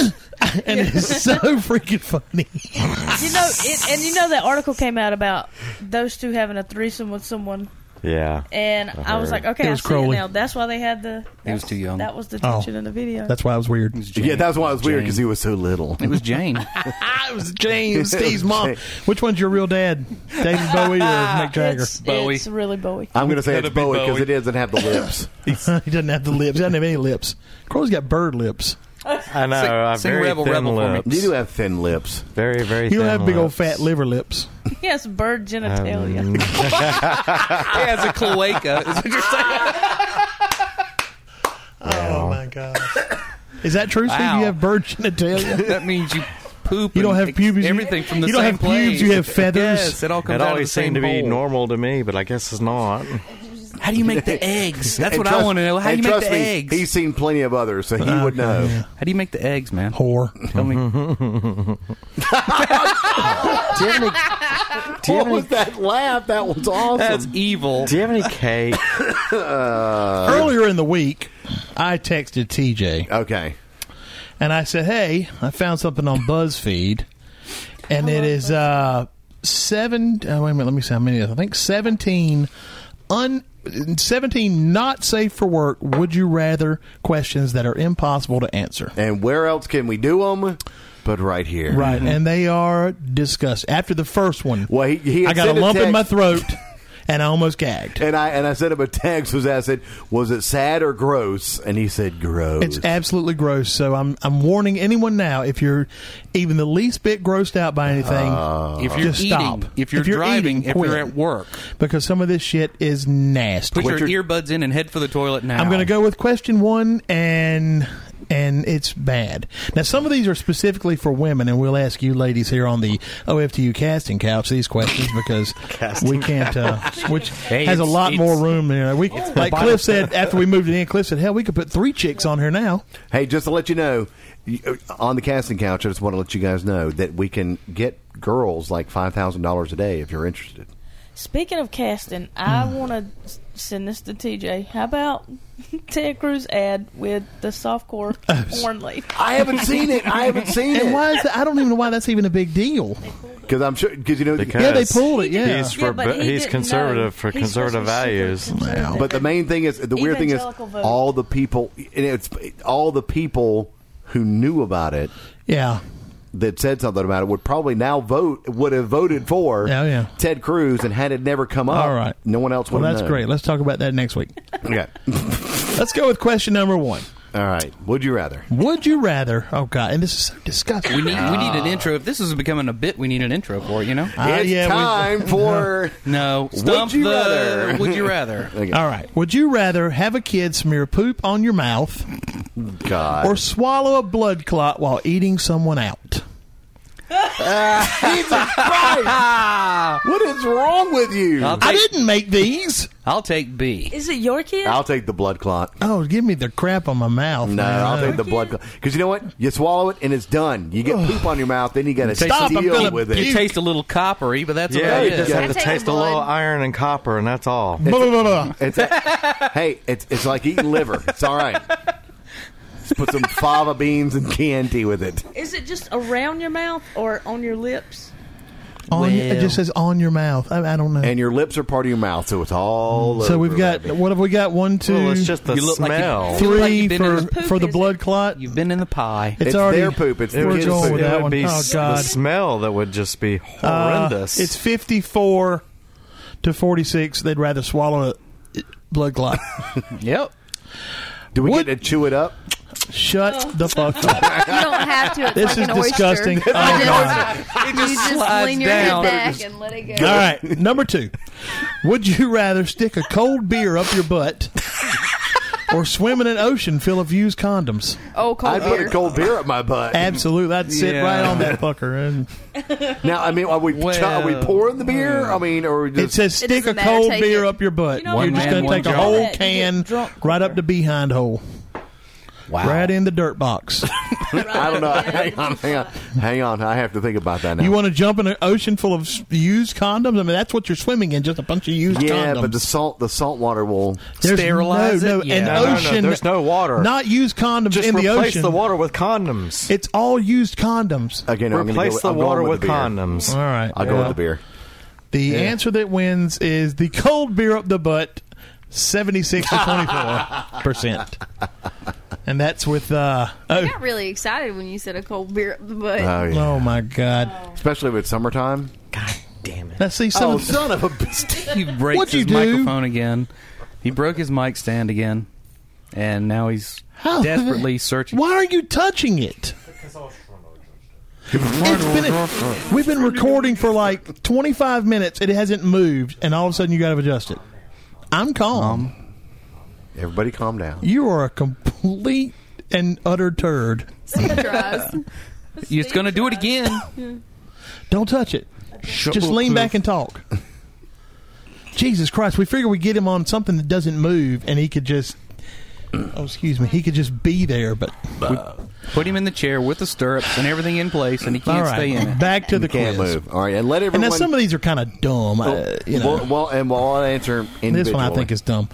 Speaker 3: and it's so freaking funny.
Speaker 6: you know, it, and you know that article came out about those two having a threesome with someone,
Speaker 4: Yeah.
Speaker 6: and
Speaker 4: I
Speaker 6: I was
Speaker 4: heard.
Speaker 6: like, okay,
Speaker 3: It
Speaker 6: I
Speaker 3: was
Speaker 6: see it
Speaker 3: Crowley.
Speaker 6: now. That's why they had the.
Speaker 5: He was too young.
Speaker 6: That was the
Speaker 3: Oh.
Speaker 6: tension in the video.
Speaker 3: That's why it was weird.
Speaker 5: It was Jane.
Speaker 2: yeah, that's why it was weird
Speaker 5: Jane.
Speaker 2: because he was so little.
Speaker 5: It was Jane.
Speaker 3: Ah, it was James, Steve's mom.
Speaker 2: Jane.
Speaker 3: Which one's your real dad, David Bowie or Mick Jagger?
Speaker 6: It's,
Speaker 5: Bowie.
Speaker 6: it's really Bowie.
Speaker 2: I'm going to say
Speaker 5: Gotta
Speaker 2: it's
Speaker 5: be
Speaker 2: Bowie because
Speaker 5: Bowie.
Speaker 2: it doesn't have the lips.
Speaker 3: he doesn't have the lips. He doesn't have any lips. Crowley's got bird lips.
Speaker 4: I know.
Speaker 5: Sing-
Speaker 4: uh,
Speaker 5: sing
Speaker 4: very
Speaker 5: Rebel,
Speaker 4: thin
Speaker 5: Rebel for me.
Speaker 4: lips.
Speaker 2: you do have thin lips.
Speaker 4: Very, very
Speaker 3: He'll
Speaker 4: thin
Speaker 3: have big old
Speaker 4: lips. Um,
Speaker 3: fat liver lips.
Speaker 6: He has bird genitalia.
Speaker 5: he has a cloaca. Is what you're saying?
Speaker 3: Oh my god. Is that true, Steve?
Speaker 5: Wow.
Speaker 3: You have bird genitalia?
Speaker 5: that means you poop.
Speaker 3: You don't
Speaker 5: and
Speaker 3: have
Speaker 5: ex-
Speaker 3: pubes. you-
Speaker 5: Everything from the
Speaker 3: you
Speaker 5: same
Speaker 3: don't have
Speaker 5: place.
Speaker 3: pubes. You have feathers.
Speaker 5: Yes, it all comes
Speaker 4: It
Speaker 5: out
Speaker 4: always
Speaker 5: of the same
Speaker 4: seemed to be
Speaker 5: hole.
Speaker 4: normal to me, but I guess it's not.
Speaker 5: How do you make the eggs? That's
Speaker 2: And
Speaker 5: what I
Speaker 2: trust-
Speaker 5: want to know. How do
Speaker 2: and
Speaker 5: you make
Speaker 2: trust
Speaker 5: the
Speaker 2: me,
Speaker 5: eggs?
Speaker 2: He's seen plenty of others, so he
Speaker 3: Okay,
Speaker 2: would know.
Speaker 3: yeah.
Speaker 5: How do you make the eggs, man?
Speaker 3: Whore.
Speaker 5: Tell me.
Speaker 4: Do you have any, do you
Speaker 2: What
Speaker 4: have
Speaker 2: was
Speaker 4: any,
Speaker 2: that laugh? That was awesome.
Speaker 5: That's evil.
Speaker 4: do you have any cake?
Speaker 3: Uh, Earlier in the week, I texted TJ
Speaker 2: okay.
Speaker 3: and I said, "Hey, I found something on BuzzFeed, and it is uh, seven. Uh, wait a minute, let me see how many. it is. I think seventeen un." 17 not safe for work would you rather questions that are impossible to answer
Speaker 2: And where else can we do them but right here?
Speaker 3: right and they are discussed after the first one
Speaker 2: Mm-hmm. Well, he, he had
Speaker 3: i got a
Speaker 2: sent
Speaker 3: lump in
Speaker 2: text,
Speaker 3: my throat and i almost gagged
Speaker 2: And I and I sent him a text. Was I said, was it sad or gross? And he said, gross.
Speaker 3: It's absolutely gross. So I'm I'm warning anyone now. If you're even the least bit grossed out by anything,
Speaker 2: Oh.
Speaker 5: If you're
Speaker 3: just
Speaker 5: eating,
Speaker 3: stop.
Speaker 5: if you're, driving,
Speaker 3: eating,
Speaker 5: if
Speaker 3: quit.
Speaker 5: you're at work,
Speaker 3: because some of this shit is nasty.
Speaker 5: put your, earbuds in and head for the toilet now.
Speaker 3: I'm going to go with question one, and and it's bad. Now, some of these are specifically for women, and we'll ask you ladies here on the OFTU casting couch these questions because we can't, uh, which
Speaker 5: Hey,
Speaker 3: has a
Speaker 5: it's-
Speaker 3: lot more
Speaker 5: it's-
Speaker 3: room there. We like Cliff said after we moved it in. Cliff said, "Hell, we could put three chicks on here now."
Speaker 2: Hey, just to let you know, you- uh, on the casting couch, I just want to let you guys know that we can get girls like five thousand dollars a day if you're interested.
Speaker 6: Speaking of casting, I
Speaker 4: Hmm.
Speaker 6: want to send this to TJ. How about Ted Cruz ad with the softcore
Speaker 4: Oh,
Speaker 6: porn lady?
Speaker 2: I haven't seen it. I haven't seen
Speaker 3: And
Speaker 2: it
Speaker 3: why is that? I don't even know why that's even a big deal.
Speaker 2: because I'm sure because you know.
Speaker 4: Because
Speaker 3: Yeah, they pulled it, yeah.
Speaker 4: He's,
Speaker 6: Yeah,
Speaker 4: for,
Speaker 6: but he
Speaker 4: he's
Speaker 6: didn't
Speaker 4: conservative
Speaker 6: know.
Speaker 4: for
Speaker 6: He's
Speaker 4: conservative
Speaker 6: supposed to be
Speaker 4: values.
Speaker 6: super conservative.
Speaker 2: But the main thing is the weird thing is
Speaker 6: Evangelical vote.
Speaker 2: all the people. and It's all the people who knew about it
Speaker 3: Yeah.
Speaker 2: that said something about it would probably now vote would have voted for
Speaker 3: Oh, yeah.
Speaker 2: Ted Cruz, and had it never come up,
Speaker 3: All right.
Speaker 2: no one else would.
Speaker 3: Well, that's
Speaker 2: have
Speaker 3: great. Let's talk about that next week.
Speaker 2: great. Okay,
Speaker 3: Let's go with question number one.
Speaker 2: all right. Would you rather?
Speaker 3: Would you rather? Oh God! And this is so disgusting.
Speaker 5: We need, we need an intro. If this is becoming a bit, we need an intro for it, you know?
Speaker 3: Ah,
Speaker 2: it's
Speaker 3: yeah, we-
Speaker 2: time for.
Speaker 5: No. Stump
Speaker 2: you
Speaker 5: the
Speaker 2: rather?
Speaker 5: Would you rather?
Speaker 2: Okay.
Speaker 3: All right. Would you rather have a kid smear poop on your mouth
Speaker 2: God.
Speaker 3: or swallow a blood clot while eating someone out?
Speaker 2: Jesus Christ! what is wrong with you?
Speaker 5: I'll
Speaker 3: I
Speaker 5: take,
Speaker 3: didn't make these.
Speaker 5: I'll take B.
Speaker 6: Is it your kid?
Speaker 2: I'll take the blood clot.
Speaker 3: Oh, give me the crap on my mouth.
Speaker 2: No,
Speaker 3: man.
Speaker 2: I'll take the blood clot. Because you know what? You swallow it and it's done. You get poop on your mouth, then you got to
Speaker 3: Stop, I'm
Speaker 2: deal
Speaker 3: gonna
Speaker 2: with
Speaker 5: You
Speaker 2: it.
Speaker 3: puke.
Speaker 5: taste a little coppery, but that's
Speaker 4: Yeah,
Speaker 5: what
Speaker 4: you
Speaker 5: it
Speaker 4: just
Speaker 5: is.
Speaker 2: Yeah.
Speaker 4: have to
Speaker 7: Take
Speaker 4: taste a
Speaker 7: the
Speaker 4: little
Speaker 7: blood.
Speaker 4: iron and copper, and that's all.
Speaker 3: Blah, blah, blah, blah.
Speaker 2: It's hey, it's it's like eating liver. It's all right. Just put some fava beans and candy with it.
Speaker 6: Is it just around your mouth or on your lips?
Speaker 3: On, It
Speaker 5: Well.
Speaker 3: just says on your mouth. I, I don't know.
Speaker 2: And your lips are part of your mouth, so it's all.
Speaker 3: so
Speaker 2: over,
Speaker 3: we've got
Speaker 2: baby.
Speaker 3: what have we got? One, two, three
Speaker 4: Well, it's just the
Speaker 5: You look like you-
Speaker 4: smell.
Speaker 5: You look like you've been
Speaker 3: for
Speaker 5: in
Speaker 6: poop,
Speaker 3: for the
Speaker 6: is
Speaker 3: blood
Speaker 6: it?
Speaker 3: clot.
Speaker 5: You've been in the pie.
Speaker 2: It's
Speaker 3: already
Speaker 2: their poop. It's their
Speaker 3: we're
Speaker 2: kid's
Speaker 3: going
Speaker 2: poop.
Speaker 3: with
Speaker 4: it
Speaker 3: that
Speaker 4: would
Speaker 3: one.
Speaker 4: be
Speaker 3: Oh
Speaker 4: s- the
Speaker 3: God,
Speaker 4: smell that would just be
Speaker 3: Uh,
Speaker 4: horrendous.
Speaker 3: it's fifty four to forty six. They'd rather swallow a blood clot.
Speaker 5: Yep.
Speaker 2: Do we
Speaker 3: What-
Speaker 2: get to chew it up?
Speaker 3: Shut the fuck up.
Speaker 7: You don't have to. It's
Speaker 3: This
Speaker 7: like
Speaker 3: is
Speaker 7: an oyster.
Speaker 3: disgusting.
Speaker 7: You
Speaker 3: Oh,
Speaker 7: just-
Speaker 3: God.
Speaker 7: You just
Speaker 5: slides
Speaker 7: lean your head
Speaker 5: down.
Speaker 7: back and let it go.
Speaker 3: All right, number two. Would you rather stick a cold beer up your butt or swim in an ocean full of used condoms?
Speaker 7: Oh,
Speaker 2: I
Speaker 7: cold
Speaker 2: put
Speaker 7: beer.
Speaker 2: a cold beer up my butt.
Speaker 3: Absolutely, I'd sit
Speaker 5: Yeah.
Speaker 3: right on that fucker. And
Speaker 2: now, I mean, are we
Speaker 5: Well.
Speaker 2: ch- are we pouring the beer? I mean, or we
Speaker 3: hmm. it
Speaker 2: just
Speaker 3: says
Speaker 7: It
Speaker 3: stick a
Speaker 7: doesn't matter,
Speaker 3: cold
Speaker 7: take
Speaker 3: beer
Speaker 7: it.
Speaker 3: up your butt.
Speaker 6: You know
Speaker 3: You're
Speaker 5: what
Speaker 3: just
Speaker 5: man,
Speaker 3: going to
Speaker 5: one
Speaker 3: take a
Speaker 5: jar.
Speaker 3: whole
Speaker 6: Yeah, you
Speaker 3: can
Speaker 6: get drunk
Speaker 3: right up
Speaker 6: quicker.
Speaker 3: the behind hole,
Speaker 2: wow?
Speaker 3: right in the dirt box.
Speaker 2: I don't know. Hang on, hang on, hang on. I have to think about that now.
Speaker 3: you want to jump in an ocean full of s- used condoms? I mean, that's what you're swimming in, just a bunch of used
Speaker 2: yeah,
Speaker 3: condoms.
Speaker 2: but the salt the salt water will.
Speaker 3: There's
Speaker 5: sterilize
Speaker 3: no,
Speaker 5: it?
Speaker 3: no, an
Speaker 5: Yeah. No, no, no,
Speaker 3: ocean.
Speaker 4: there's no water.
Speaker 3: Not used condoms
Speaker 4: just
Speaker 3: in the
Speaker 4: replace
Speaker 3: ocean.
Speaker 4: the water with condoms.
Speaker 3: It's all used condoms.
Speaker 2: Again, I'm gonna go
Speaker 4: replace
Speaker 2: with-
Speaker 4: the
Speaker 2: I'm going
Speaker 4: water
Speaker 2: with,
Speaker 4: with,
Speaker 2: the beer.
Speaker 4: condoms.
Speaker 3: All right.
Speaker 2: I'll go
Speaker 4: Yeah.
Speaker 2: with the beer.
Speaker 3: The answer that wins is the cold beer up the butt, seventy six to twenty four percent, and that's with uh
Speaker 7: I
Speaker 3: oh,
Speaker 7: got really excited when you said a cold beer up the butt.
Speaker 2: Oh, yeah.
Speaker 3: oh my god.
Speaker 2: Especially with summertime.
Speaker 3: Now see some
Speaker 2: oh,
Speaker 3: of
Speaker 2: son of a bitch.
Speaker 5: He breaks
Speaker 3: What'd you
Speaker 5: his
Speaker 3: do?
Speaker 5: microphone again. He broke his mic stand again, and now he's
Speaker 3: How-
Speaker 5: desperately searching.
Speaker 3: why are you touching it? It's been we've been recording for like twenty five minutes. It hasn't moved, and all of a sudden you got to adjust it. I'm calm.
Speaker 2: Everybody calm down.
Speaker 3: you are a complete and utter turd.
Speaker 7: Tries.
Speaker 5: He's going to do it again.
Speaker 3: Don't touch it. Just lean back and talk. Jesus Christ, we figure we get him on something that doesn't move and he could just Oh, excuse me. He could just be there, but
Speaker 5: Put him in the chair with the stirrups and everything in place, and he
Speaker 3: all
Speaker 5: can't stay in
Speaker 3: right.
Speaker 5: it.
Speaker 3: Back to the
Speaker 2: Can't
Speaker 3: quiz.
Speaker 2: move. All right, and let
Speaker 3: And
Speaker 2: everyone.
Speaker 3: now some of these are kind of dumb. uh, you know,
Speaker 2: well, well, and while I answer individually,
Speaker 3: this one I think is dumb.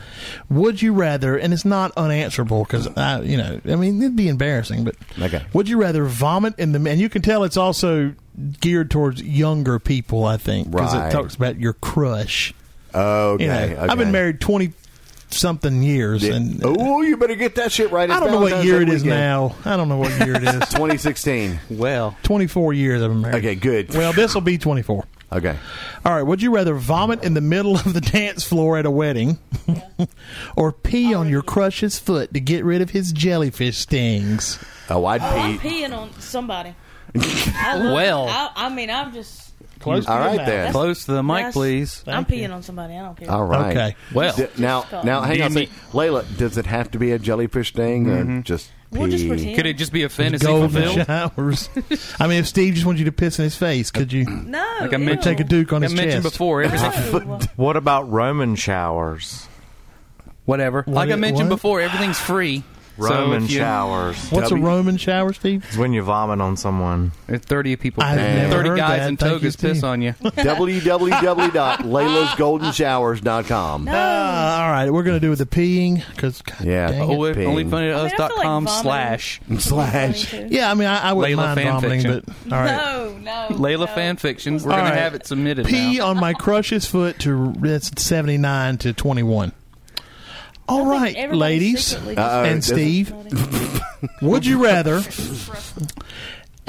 Speaker 3: Would you rather? And it's not unanswerable because I, you know, I mean, it'd be embarrassing. But
Speaker 2: Okay.
Speaker 3: would you rather vomit in the? And you can tell it's also geared towards younger people. I think because
Speaker 2: Right.
Speaker 3: it talks about your crush.
Speaker 2: Okay,
Speaker 3: You know,
Speaker 2: okay.
Speaker 3: I've been married twenty something years,
Speaker 2: Yeah.
Speaker 3: and
Speaker 2: oh, you better get that shit right. It's
Speaker 3: I don't know what
Speaker 2: Valentine's
Speaker 3: year
Speaker 2: Day
Speaker 3: it is
Speaker 2: weekend.
Speaker 3: now. I don't know what year it is.
Speaker 2: 2016.
Speaker 5: Well,
Speaker 3: twenty four years I've been married.
Speaker 2: Okay, good.
Speaker 3: Well, this will be twenty four.
Speaker 2: Okay,
Speaker 3: All right. Would you rather vomit in the middle of the dance floor at a wedding, or pee on your crush's foot to get rid of his jellyfish stings?
Speaker 2: oh,
Speaker 6: I'm
Speaker 2: I'd pee.
Speaker 6: peeing on somebody. I love-
Speaker 5: Well.
Speaker 6: I, I mean, I'm just.
Speaker 3: Close.
Speaker 2: All right, then.
Speaker 5: close to the mic,
Speaker 6: that's-
Speaker 5: please.
Speaker 6: I'm
Speaker 3: Thank
Speaker 6: peeing
Speaker 3: you.
Speaker 6: on somebody. I don't care.
Speaker 2: All right.
Speaker 3: Okay.
Speaker 5: Well,
Speaker 2: D- now, now, hang
Speaker 5: Do
Speaker 2: on. a
Speaker 5: you Mm-hmm.
Speaker 2: sec. Layla, does it have to be a jellyfish thing or just pee?
Speaker 6: We'll just pretend.
Speaker 5: could it just be a fantasy
Speaker 3: Golden
Speaker 5: fulfilled?
Speaker 3: showers. I mean, if Steve just wants you to piss in his face, could you
Speaker 6: No.
Speaker 5: Like I
Speaker 6: ew.
Speaker 5: mentioned-
Speaker 3: take a duke on
Speaker 5: I
Speaker 3: his
Speaker 5: mentioned
Speaker 3: chest?
Speaker 5: before, everything.
Speaker 6: No.
Speaker 4: What about Roman showers?
Speaker 5: Whatever.
Speaker 3: What
Speaker 5: like I
Speaker 3: it-
Speaker 5: mentioned
Speaker 3: what?
Speaker 5: before, everything's free.
Speaker 4: Roman
Speaker 5: so if you-
Speaker 4: showers.
Speaker 3: What's
Speaker 2: W-
Speaker 3: a Roman shower, Steve?
Speaker 4: It's when you vomit on someone.
Speaker 5: There's Thirty people.
Speaker 3: I've never
Speaker 5: Thirty
Speaker 3: heard
Speaker 5: guys
Speaker 3: that.
Speaker 5: in
Speaker 3: Thank
Speaker 5: togas
Speaker 3: you, Steve.
Speaker 5: piss on you.
Speaker 2: www.laylasgoldenshowers.com.
Speaker 3: Ah, all right, we're going to do with the peeing because
Speaker 2: Yeah. Oh,
Speaker 5: Only
Speaker 2: Ping.
Speaker 6: I mean, I feel like
Speaker 5: OnlyFunnyUs.com
Speaker 6: vomiting.
Speaker 5: slash
Speaker 2: Slash.
Speaker 3: yeah. I mean, I, I wouldn't
Speaker 5: Layla
Speaker 3: mind
Speaker 5: fan
Speaker 3: vomiting,
Speaker 5: fiction.
Speaker 3: but all right.
Speaker 6: No, no.
Speaker 5: Layla
Speaker 6: no.
Speaker 5: fanfictions. We're
Speaker 3: All
Speaker 5: gonna
Speaker 3: right.
Speaker 5: have it submitted.
Speaker 3: pee
Speaker 5: now.
Speaker 3: on my crush's foot to that's 79 to 21 all right
Speaker 6: Everybody
Speaker 3: ladies
Speaker 5: Oh,
Speaker 6: secretly just-
Speaker 2: Uh-oh.
Speaker 3: and
Speaker 2: does it-
Speaker 3: steve would you rather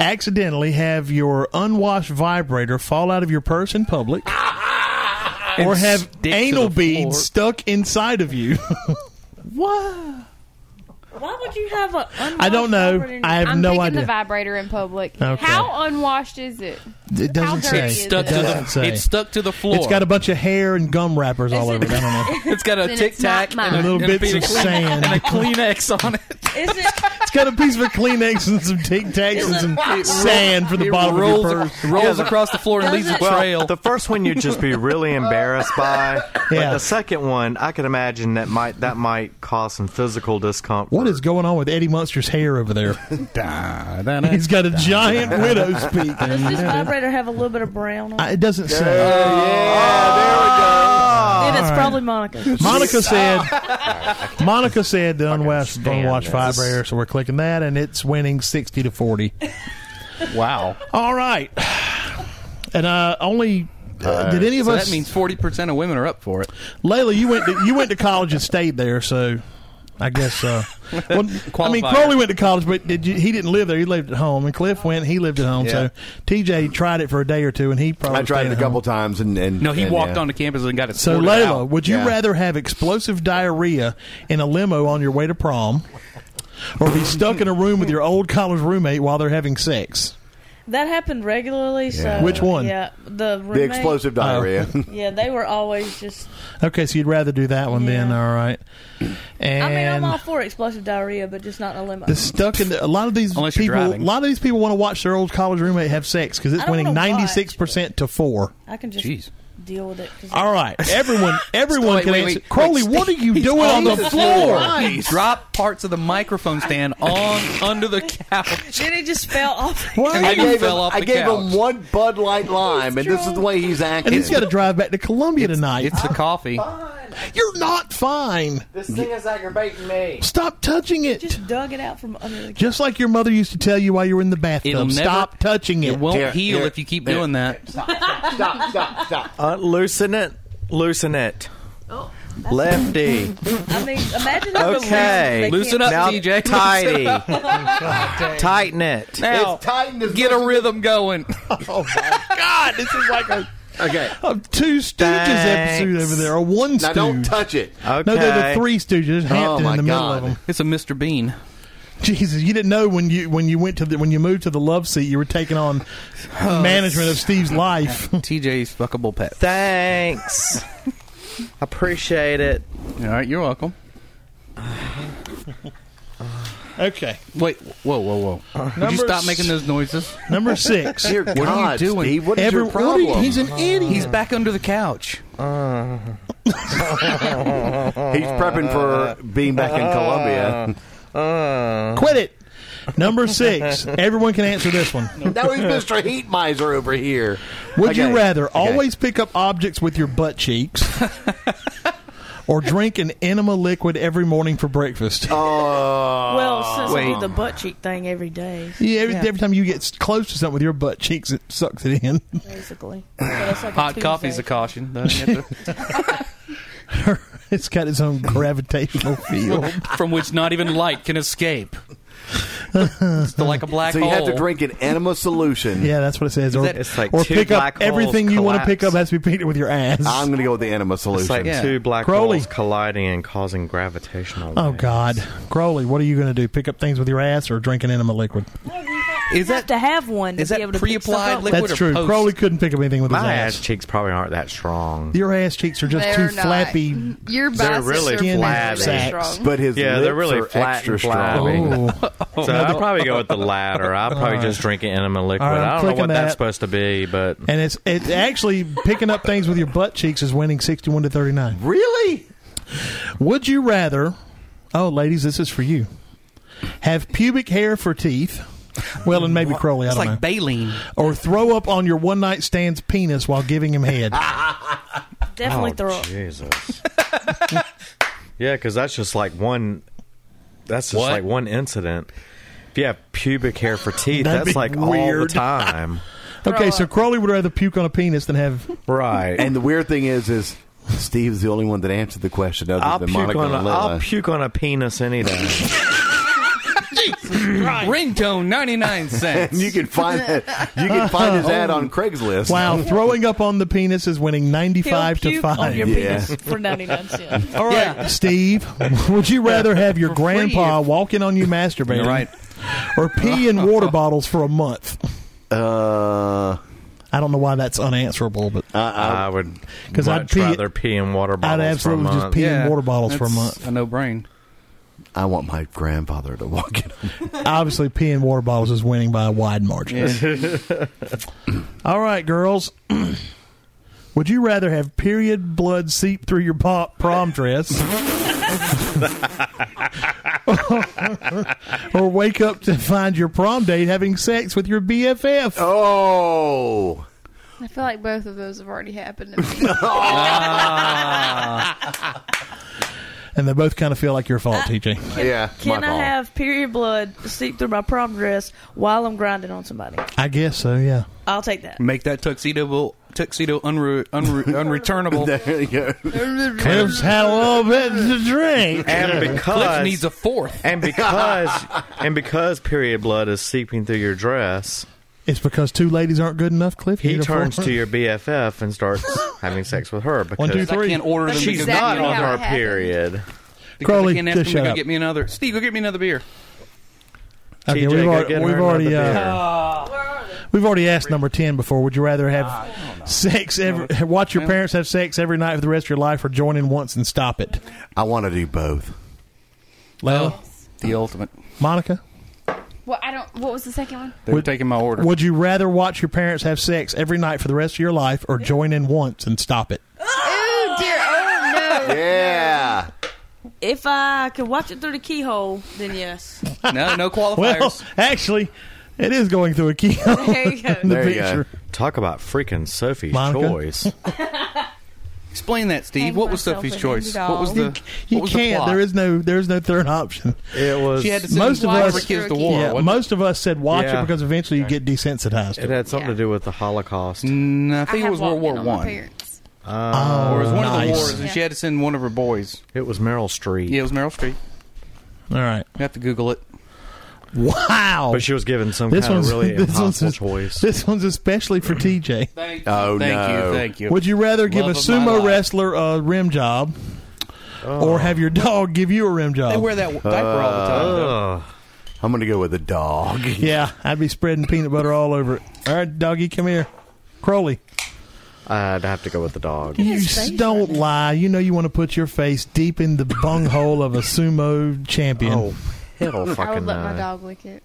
Speaker 3: accidentally have your unwashed vibrator fall out of your purse in public, or have
Speaker 5: Ah, stick to
Speaker 3: anal
Speaker 5: the floor.
Speaker 3: beads stuck inside of you.
Speaker 6: Why would you have a?
Speaker 3: I don't know. I have
Speaker 7: I'm
Speaker 3: no
Speaker 7: picking the
Speaker 3: idea.
Speaker 7: vibrator in public.
Speaker 3: Okay.
Speaker 7: How unwashed is it?
Speaker 3: it doesn't say.
Speaker 7: How dirty
Speaker 5: It's stuck
Speaker 3: it
Speaker 5: to
Speaker 3: doesn't
Speaker 5: the
Speaker 3: say.
Speaker 5: it's stuck to the floor.
Speaker 3: it's got a bunch of hair and gum wrappers all over it. I don't know.
Speaker 5: it's got a
Speaker 7: Then
Speaker 5: tic
Speaker 7: it's not
Speaker 5: tac
Speaker 7: mine.
Speaker 5: and
Speaker 3: A little
Speaker 5: and
Speaker 3: bits of
Speaker 5: piece Kleenex-
Speaker 3: sand.
Speaker 5: and a Kleenex on it.
Speaker 6: Is it?
Speaker 3: It's got a piece of a Kleenex and some Tic Tacs and some sand for the bottom of
Speaker 5: rolls
Speaker 3: your purse.
Speaker 5: rolls across the floor and leaves a
Speaker 6: Doesn't-
Speaker 5: trail.
Speaker 4: The first one you'd just be really embarrassed by.
Speaker 3: Yeah.
Speaker 4: But the second one, I could imagine that might that might cause some physical discomfort.
Speaker 3: What is going on with Eddie Munster's hair over there? He's got a giant widow's peak.
Speaker 6: Does this vibrator have a little bit of brown on it?
Speaker 3: I- It doesn't say.
Speaker 6: and it's probably Monica.
Speaker 3: Monica said. Monica said the unwashed
Speaker 4: stand
Speaker 3: unwashed
Speaker 4: this.
Speaker 3: vibrator, so we're clicking that, and it's winning sixty to forty.
Speaker 5: Wow.
Speaker 3: All right, and uh, only uh, did any of
Speaker 5: So
Speaker 3: us?
Speaker 5: that means forty percent of women are up for it.
Speaker 3: Layla, you went to, you went to college and stayed there, so I guess. Uh, well, I mean,
Speaker 5: Qualifier.
Speaker 3: Crowley went to college, but did you, he didn't live there. He lived at home, and Cliff went. He lived at home.
Speaker 2: Yeah.
Speaker 3: So TJ tried it for a day or two, and he probably
Speaker 2: I tried
Speaker 3: stayed
Speaker 2: it a
Speaker 3: at
Speaker 2: couple
Speaker 3: home.
Speaker 2: times and, and
Speaker 5: No, he
Speaker 2: and,
Speaker 5: walked
Speaker 2: yeah.
Speaker 5: onto campus and got it.
Speaker 3: So
Speaker 5: sorted
Speaker 3: Layla,
Speaker 5: out.
Speaker 3: would you
Speaker 2: Yeah.
Speaker 3: rather have explosive diarrhea in a limo on your way to prom, or be stuck in a room with your old college roommate while they're having sex?
Speaker 6: That happened regularly. So
Speaker 2: Yeah.
Speaker 3: Which one?
Speaker 6: Yeah, the roommate,
Speaker 2: the explosive diarrhea.
Speaker 5: Oh.
Speaker 6: Yeah, they were always just.
Speaker 3: Okay, so you'd rather do that one then,
Speaker 6: Yeah.
Speaker 3: all right? And
Speaker 6: I mean, I'm all for explosive diarrhea, but just not in a limo.
Speaker 3: the stuck in the, a lot of these
Speaker 5: Unless you're
Speaker 3: people. A
Speaker 5: driving.
Speaker 3: lot of these people want to watch their old college roommate have sex because
Speaker 6: I
Speaker 3: it's
Speaker 6: don't
Speaker 3: winning
Speaker 6: wanna watch,
Speaker 3: ninety six percent to four.
Speaker 6: I can just
Speaker 5: Jeez.
Speaker 6: deal with it. 'cause
Speaker 3: All right, everyone, everyone
Speaker 5: Wait,
Speaker 3: can
Speaker 5: wait,
Speaker 3: answer.
Speaker 5: wait,
Speaker 3: Crowley,
Speaker 5: wait,
Speaker 3: what are you doing on the floor?
Speaker 5: He dropped parts of the microphone stand on under the couch.
Speaker 6: Then it just fell off.
Speaker 3: Why?
Speaker 5: And
Speaker 2: I
Speaker 5: then he
Speaker 2: gave, him,
Speaker 5: fell off
Speaker 2: I
Speaker 5: the
Speaker 2: gave
Speaker 5: couch.
Speaker 2: him one Bud Light lime, and this is
Speaker 6: drunk.
Speaker 2: the way he's acting.
Speaker 3: And he's got to drive back to Columbia tonight.
Speaker 5: It's the coffee.
Speaker 3: You're not fine.
Speaker 4: This thing is aggravating me.
Speaker 3: Stop touching it. Just,
Speaker 6: Just dug it out from under the.
Speaker 3: like your mother used to tell you while you were in the bathtub.
Speaker 5: It'll never-
Speaker 3: Stop touching it.
Speaker 5: It won't
Speaker 2: Here,
Speaker 5: heal
Speaker 2: here,
Speaker 5: if you keep
Speaker 2: there.
Speaker 5: doing that.
Speaker 2: stop, stop, stop.
Speaker 4: Uh, loosen it, loosen it. Lefty.
Speaker 6: I mean, imagine the
Speaker 4: Okay.
Speaker 6: okay.
Speaker 5: Loosen up,
Speaker 4: Now
Speaker 5: DJ.
Speaker 4: tidy. Tighten it.
Speaker 5: Now,
Speaker 2: It's tightened as
Speaker 5: Oh. get
Speaker 2: much
Speaker 5: a
Speaker 2: as-
Speaker 5: rhythm going.
Speaker 3: God, this is like a,
Speaker 2: Okay,
Speaker 3: a two Stooges
Speaker 4: Thanks.
Speaker 3: episode over there, or one
Speaker 2: now
Speaker 3: Stooge.
Speaker 2: don't touch it.
Speaker 5: Oh,
Speaker 4: Okay.
Speaker 3: No, they're the three Stooges. There's Hampton
Speaker 2: my
Speaker 3: in the middle
Speaker 2: God.
Speaker 3: of them.
Speaker 5: It's a Mr. Bean.
Speaker 3: Jesus, you didn't know when you when you went to the, when you moved to the love seat, you were taking on management of Steve's life.
Speaker 5: TJ's fuckable pet.
Speaker 4: Thanks. Appreciate it.
Speaker 5: All right, you're welcome.
Speaker 3: okay,
Speaker 5: Wait, whoa, whoa, whoa. Would you
Speaker 3: Number
Speaker 5: stop
Speaker 3: s-
Speaker 5: making those noises?
Speaker 3: number six.
Speaker 2: Dear
Speaker 5: are you
Speaker 2: God,
Speaker 5: doing?
Speaker 2: Steve, what is
Speaker 3: Every-
Speaker 2: your
Speaker 3: what are you-
Speaker 2: problem?
Speaker 3: he's an idiot.
Speaker 5: He's back under the couch.
Speaker 2: He's prepping for being back in Columbia.
Speaker 3: Quit it. Number six. Everyone can answer this one.
Speaker 2: now he's Mr. Heat Miser over here.
Speaker 3: Would
Speaker 2: Okay.
Speaker 3: you rather
Speaker 2: Okay.
Speaker 3: always pick up objects with your butt cheeks or drink an enema liquid every morning for breakfast?
Speaker 2: Uh,
Speaker 6: Oh. Well, since I
Speaker 5: Wait.
Speaker 6: do the butt cheek thing every day,
Speaker 3: yeah, every, every time you get s- close to something with your butt cheeks, it sucks it in.
Speaker 6: basically. So that's like
Speaker 5: Hot
Speaker 6: Tuesday.
Speaker 5: coffee's a caution.
Speaker 3: it's got its own gravitational field.
Speaker 5: from which not even light can escape. It's the- like a black
Speaker 2: So you
Speaker 5: hole.
Speaker 2: have to drink an enema solution.
Speaker 3: Yeah, that's what it says. Or,
Speaker 5: that-
Speaker 4: It's like
Speaker 3: or
Speaker 4: two
Speaker 3: pick
Speaker 4: black
Speaker 3: up
Speaker 4: holes
Speaker 3: everything you want to
Speaker 4: collapse.
Speaker 3: pick up has to be picked with your ass.
Speaker 2: I'm going to go with the enema
Speaker 4: It's
Speaker 2: solution.
Speaker 4: like
Speaker 5: Yeah.
Speaker 4: two black
Speaker 3: Crowley.
Speaker 4: holes colliding and causing gravitational.
Speaker 3: Oh
Speaker 4: waves.
Speaker 3: God, Crowley, what are you going to do? Pick up things with your ass or drink an enema liquid?
Speaker 5: Is
Speaker 6: You have
Speaker 5: that
Speaker 6: to have one. To
Speaker 5: is
Speaker 6: be
Speaker 5: that
Speaker 6: able to pick stuff
Speaker 5: pre-applied
Speaker 6: up.
Speaker 5: liquid?
Speaker 3: That's
Speaker 5: or
Speaker 3: true.
Speaker 5: post?
Speaker 3: Crowley couldn't pick up anything with his
Speaker 4: My
Speaker 3: ass.
Speaker 4: ass cheeks probably aren't that strong.
Speaker 3: Your ass cheeks are just
Speaker 7: They're
Speaker 3: too
Speaker 7: not.
Speaker 3: flappy.
Speaker 4: They're
Speaker 7: Your biceps
Speaker 4: really
Speaker 7: are
Speaker 3: Skin
Speaker 7: very
Speaker 3: sacks.
Speaker 7: strong.
Speaker 2: but his
Speaker 4: Yeah,
Speaker 2: lips
Speaker 4: they're really
Speaker 2: are
Speaker 4: flat
Speaker 2: extra
Speaker 4: and flabby.
Speaker 2: strong.
Speaker 3: Oh,
Speaker 4: So I'd probably go with the latter. I'd probably
Speaker 3: Alright.
Speaker 4: just drink an enema liquid.
Speaker 3: Alright, I'm
Speaker 4: I don't know
Speaker 3: clicking
Speaker 4: what
Speaker 3: that.
Speaker 4: that's supposed to be, but
Speaker 3: and it's it's actually picking up things with your butt cheeks is winning sixty-one to thirty-nine.
Speaker 2: Really?
Speaker 3: Would you rather? Oh, ladies, this is for you. Have pubic hair for teeth? Well, and maybe Crowley, I
Speaker 5: It's
Speaker 3: don't
Speaker 5: like
Speaker 3: know.
Speaker 5: baleen.
Speaker 3: Or throw up on your one night stand's penis while giving him head.
Speaker 6: Definitely
Speaker 4: oh,
Speaker 6: throw up.
Speaker 4: Jesus. yeah, because that's just like one. That's just
Speaker 5: What?
Speaker 4: like one incident. If you have pubic hair for teeth,
Speaker 3: That'd
Speaker 4: that's
Speaker 3: be
Speaker 4: like all
Speaker 3: weird.
Speaker 4: the time.
Speaker 3: Okay,
Speaker 7: Throw
Speaker 3: so
Speaker 7: up.
Speaker 3: Crowley would rather puke on a penis than have
Speaker 4: right.
Speaker 2: And the weird thing is, is Steve's the only one that answered the question other
Speaker 4: I'll
Speaker 2: than
Speaker 4: puke
Speaker 2: Monica
Speaker 4: on
Speaker 2: and
Speaker 4: a, I'll
Speaker 2: Lila.
Speaker 4: puke on a penis any day.
Speaker 5: Ringtone, 99 cents.
Speaker 2: And you can find that. You can find his ad on Craigslist.
Speaker 3: Wow, throwing up on the penis is winning ninety-five to
Speaker 6: He'll puke On your
Speaker 3: five.
Speaker 2: Yeah.
Speaker 6: penis for 99 cents.
Speaker 3: All right, Steve, would you rather have your
Speaker 5: For free.
Speaker 3: grandpa walking on you masturbating,
Speaker 5: You're right.
Speaker 3: or pee in water bottles for a month?
Speaker 2: Uh,
Speaker 3: I don't know why that's unanswerable, but
Speaker 4: I would
Speaker 3: 'Cause
Speaker 4: much
Speaker 3: I'd pee-
Speaker 4: rather pee in water
Speaker 3: I'd
Speaker 4: bottles
Speaker 3: absolutely
Speaker 4: for a
Speaker 3: just
Speaker 4: month.
Speaker 3: pee in water bottles for a
Speaker 5: that's
Speaker 3: month.
Speaker 5: A no brain.
Speaker 2: I want my grandfather to walk in.
Speaker 3: Obviously, pee in water bottles is winning by a wide margin. All right, girls. Would you rather have period blood seep through your po- prom dress? or wake up to find your prom date having sex with your BFF?
Speaker 2: Oh,
Speaker 7: I feel like both of those have already happened to me.
Speaker 3: And they both kind of feel like your fault,
Speaker 4: Ah.
Speaker 3: TJ.
Speaker 2: yeah. my
Speaker 6: Can I
Speaker 2: fault.
Speaker 6: have period blood seep through my prom dress while I'm grinding on somebody?
Speaker 3: I guess so, yeah.
Speaker 6: I'll take that.
Speaker 5: Make that tuxedo tuxedo unru, unru, unreturnable.
Speaker 2: There you go.
Speaker 3: Cliff's had a little bit to drink.
Speaker 4: And
Speaker 5: Cliff
Speaker 4: because
Speaker 5: needs a fourth.
Speaker 4: and because and because period blood is seeping through your dress,
Speaker 3: It's because two ladies aren't good enough, Cliff.
Speaker 4: he
Speaker 3: You're the
Speaker 4: turns
Speaker 3: fourth.
Speaker 4: to your BFF and starts having sex with her because
Speaker 3: One, two,
Speaker 5: I
Speaker 3: three.
Speaker 5: can't order them.
Speaker 4: she's
Speaker 5: because-
Speaker 7: Exactly
Speaker 4: not
Speaker 7: how it
Speaker 4: on her
Speaker 7: happened.
Speaker 4: period.
Speaker 5: because I
Speaker 3: Crowley,
Speaker 5: can't ask
Speaker 3: just
Speaker 5: them to
Speaker 3: shut
Speaker 5: go
Speaker 3: up.
Speaker 5: get me another. Steve, go get me another beer.
Speaker 3: Okay,
Speaker 4: TJ,
Speaker 3: we've
Speaker 4: go
Speaker 3: already,
Speaker 4: get her
Speaker 3: we've already,
Speaker 4: another
Speaker 3: uh, We've already asked number ten before. Would you rather have sex every watch your parents have sex every night for the rest of your life, or join in once and stop it?
Speaker 2: I want to do both.
Speaker 5: Oh,
Speaker 3: Layla,
Speaker 5: The ultimate.
Speaker 3: Monica,
Speaker 7: well, I don't. What was the second one?
Speaker 5: They're taking my order.
Speaker 3: would you rather watch your parents have sex every night for the rest of your life, or join in once and stop it?
Speaker 7: Oh dear. Oh no.
Speaker 2: Yeah.
Speaker 6: If I could watch it through the keyhole, then yes.
Speaker 5: No, no
Speaker 3: Well,
Speaker 5: qualifiers.
Speaker 3: actually, it is going through a key in
Speaker 6: There you go.
Speaker 3: the
Speaker 2: There you go.
Speaker 3: picture.
Speaker 4: Talk about freaking Sophie's
Speaker 3: Monica?
Speaker 4: choice.
Speaker 5: Explain that, Steve.
Speaker 7: Hang
Speaker 5: What was
Speaker 7: myself
Speaker 5: Sophie's
Speaker 7: and
Speaker 5: choice?
Speaker 7: end it
Speaker 5: What was
Speaker 7: all.
Speaker 5: the?
Speaker 3: You
Speaker 5: what was The
Speaker 3: can't.
Speaker 5: plot?
Speaker 3: There is no. There is no third option.
Speaker 4: It was.
Speaker 5: She had to send
Speaker 3: Most of
Speaker 5: one
Speaker 3: us-
Speaker 5: her kids to
Speaker 7: Yeah,
Speaker 5: war.
Speaker 3: yeah,
Speaker 5: wasn't
Speaker 3: most of us said watch
Speaker 4: Yeah.
Speaker 3: it because eventually you get desensitized.
Speaker 4: it
Speaker 3: To it.
Speaker 4: had something to do with the Holocaust.
Speaker 5: it? Mm, I
Speaker 7: I
Speaker 5: think it
Speaker 7: have
Speaker 5: was World
Speaker 7: walked
Speaker 5: War
Speaker 7: in on my
Speaker 5: One.
Speaker 7: parents.
Speaker 5: Or it was one of
Speaker 3: Nice.
Speaker 5: the wars, and she had to send one of her boys.
Speaker 4: It was Meryl Streep.
Speaker 5: Yeah, it was Meryl Streep.
Speaker 3: All right.
Speaker 5: You have to Google it.
Speaker 3: Wow.
Speaker 4: But she was given some
Speaker 3: this
Speaker 4: kind
Speaker 3: one's
Speaker 4: of really
Speaker 3: this one's
Speaker 4: impossible choice.
Speaker 3: this one's especially for TJ.
Speaker 5: Thank
Speaker 2: Oh,
Speaker 5: thank
Speaker 2: no.
Speaker 5: you, thank you.
Speaker 3: Would you rather give
Speaker 5: Love
Speaker 3: a
Speaker 5: of my
Speaker 3: sumo
Speaker 5: life.
Speaker 3: wrestler a rim job or have your dog give you a rim
Speaker 5: They
Speaker 3: job?
Speaker 5: wear that diaper all the time. though.
Speaker 4: Ugh.
Speaker 2: I'm gonna go with a dog.
Speaker 3: yeah, I'd be spreading peanut butter all over it. All right, doggy, come here. Crowley,
Speaker 4: I'd have to go with the dog.
Speaker 3: you s- don't lie. You know you want to put your face deep in the bunghole of a sumo champion.
Speaker 4: Oh, hell fucking uh,
Speaker 7: I would let my
Speaker 4: no.
Speaker 7: dog lick it.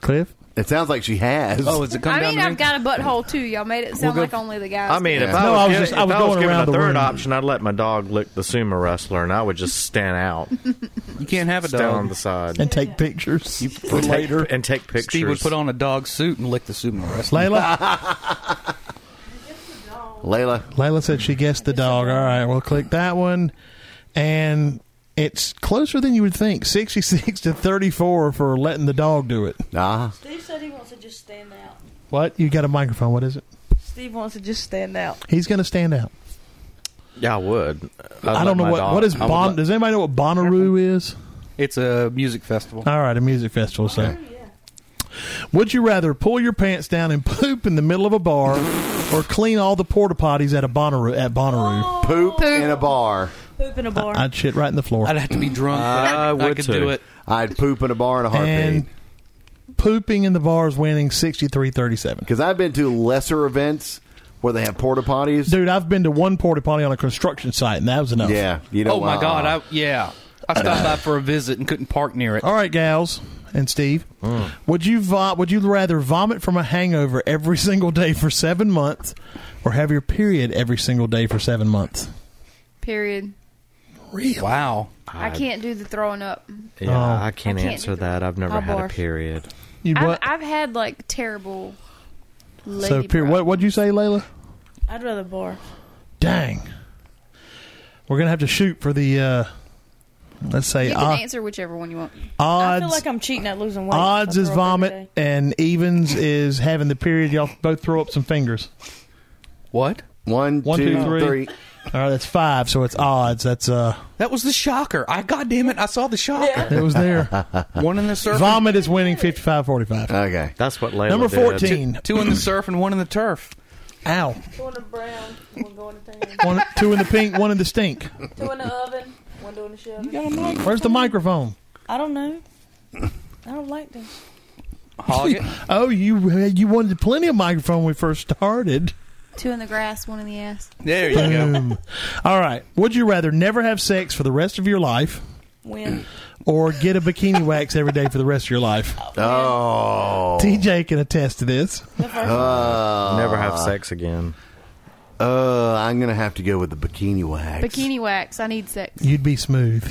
Speaker 3: Cliff?
Speaker 2: It sounds like she has.
Speaker 5: Oh, is it come
Speaker 7: I
Speaker 5: down
Speaker 7: mean,
Speaker 5: the
Speaker 7: I've
Speaker 5: ring?
Speaker 7: got a butthole too. Y'all made it sound
Speaker 5: We'll
Speaker 7: like
Speaker 5: go-
Speaker 7: only the guys.
Speaker 4: I mean, if
Speaker 2: Yeah.
Speaker 4: I
Speaker 3: No,
Speaker 4: was,
Speaker 3: I was
Speaker 4: given-
Speaker 3: just- I
Speaker 4: if
Speaker 3: was
Speaker 4: I was
Speaker 3: going
Speaker 4: given
Speaker 3: around
Speaker 4: a
Speaker 3: the
Speaker 4: third
Speaker 3: room.
Speaker 4: option, I'd let my dog lick the sumo wrestler, and I would just stand out,
Speaker 5: You can't have a
Speaker 4: stand on
Speaker 5: dog.
Speaker 4: the side,
Speaker 3: And take pictures.
Speaker 4: and take, and take pictures.
Speaker 5: Steve would put on a dog suit and lick the sumo wrestler.
Speaker 3: Layla?
Speaker 2: Layla.
Speaker 3: Layla said she guessed the dog. All right, we'll click that one. And it's closer than you would think 66 to 34 for letting the dog do it.
Speaker 2: Ah.
Speaker 6: Steve said he wants to just stand out.
Speaker 3: What? You got a microphone. What is it?
Speaker 6: Steve wants to just stand out.
Speaker 3: He's going to stand out.
Speaker 4: Yeah, I would. I'd
Speaker 3: I
Speaker 4: let
Speaker 3: don't know
Speaker 4: my
Speaker 3: what
Speaker 4: dog-
Speaker 3: what is
Speaker 4: I would
Speaker 3: bon.
Speaker 4: let-
Speaker 3: Does anybody know what Bonnaroo is?
Speaker 5: It's a music festival.
Speaker 3: All right, a music festival. So, would you rather pull your pants down and poop in the middle of a bar, or clean all the porta potties at a Bonnaroo? At Bonnaroo,
Speaker 2: Poop, in a bar.
Speaker 6: Poop in a bar.
Speaker 3: I'd shit right in the floor.
Speaker 5: I'd have to be drunk. but
Speaker 4: I would
Speaker 5: could
Speaker 4: too.
Speaker 5: do it.
Speaker 2: I'd poop in a bar in a heartbeat.
Speaker 3: and pooping in the bar is winning sixty three thirty seven.
Speaker 2: Because I've been to lesser events where they have porta potties.
Speaker 3: Dude, I've been to one porta potty on a construction site, and that was enough.
Speaker 2: Yeah. You know.
Speaker 5: Oh my
Speaker 2: uh,
Speaker 5: god! I, yeah, I stopped by for a visit and couldn't park near it.
Speaker 3: All right, gals and Steve, would you vo- would you rather vomit from a hangover every single day for seven months, or have your period every single day for seven months?
Speaker 7: period.
Speaker 3: Really?
Speaker 5: Wow.
Speaker 7: I can't do the throwing up.
Speaker 4: Yeah,
Speaker 3: Oh.
Speaker 4: I can't
Speaker 7: I can't
Speaker 4: answer
Speaker 7: do the-
Speaker 4: that. I've never
Speaker 7: I'll
Speaker 4: had a
Speaker 7: barf.
Speaker 4: period.
Speaker 3: You
Speaker 7: I've,
Speaker 3: what?
Speaker 7: I've had like terrible. Lady
Speaker 3: so, period.
Speaker 7: breath.
Speaker 3: What what'd you say, Layla?
Speaker 6: I'd rather bar.
Speaker 3: Dang, we're gonna have to shoot for the. Uh, let's say
Speaker 7: You can
Speaker 3: o-
Speaker 7: answer whichever one you want.
Speaker 6: I
Speaker 3: odds.
Speaker 6: feel like I'm cheating at losing weight.
Speaker 3: odds
Speaker 6: I
Speaker 3: is
Speaker 6: throw up every
Speaker 3: vomit, and evens is having the period. Y'all both throw up some fingers.
Speaker 5: What?
Speaker 2: One,
Speaker 3: One, two,
Speaker 2: two,
Speaker 3: three.
Speaker 2: three.
Speaker 3: All right, that's five. So it's odds. That's uh,
Speaker 5: That was the shocker. I goddamn it, I saw the shocker.
Speaker 3: it was there.
Speaker 5: One in the surf,
Speaker 3: Vomit is winning 55-45.
Speaker 2: Okay.
Speaker 4: That's what Layla
Speaker 3: Number
Speaker 4: did.
Speaker 3: fourteen.
Speaker 5: two in the surf, and one in the turf.
Speaker 3: Ow.
Speaker 6: One in brown, one going to tan.
Speaker 3: One, two in the pink, one in the stink.
Speaker 6: Two in the oven, one doing the shelving.
Speaker 3: Where's the microphone?
Speaker 6: I don't know. I don't like them.
Speaker 5: Hog it.
Speaker 3: Oh, you you wanted plenty of microphone when we first started.
Speaker 7: Two in the grass, one in the ass.
Speaker 5: There you go.
Speaker 3: Boom. All right. Would you rather never have sex for the rest of your life
Speaker 6: When
Speaker 3: or get a bikini wax every day for the rest of your life?
Speaker 2: Oh.
Speaker 3: TJ can attest to this.
Speaker 6: the first
Speaker 2: Uh,
Speaker 4: Never have sex again.
Speaker 2: uh, I'm gonna have to go with the bikini wax.
Speaker 7: Bikini wax. I need sex.
Speaker 3: You'd be smooth.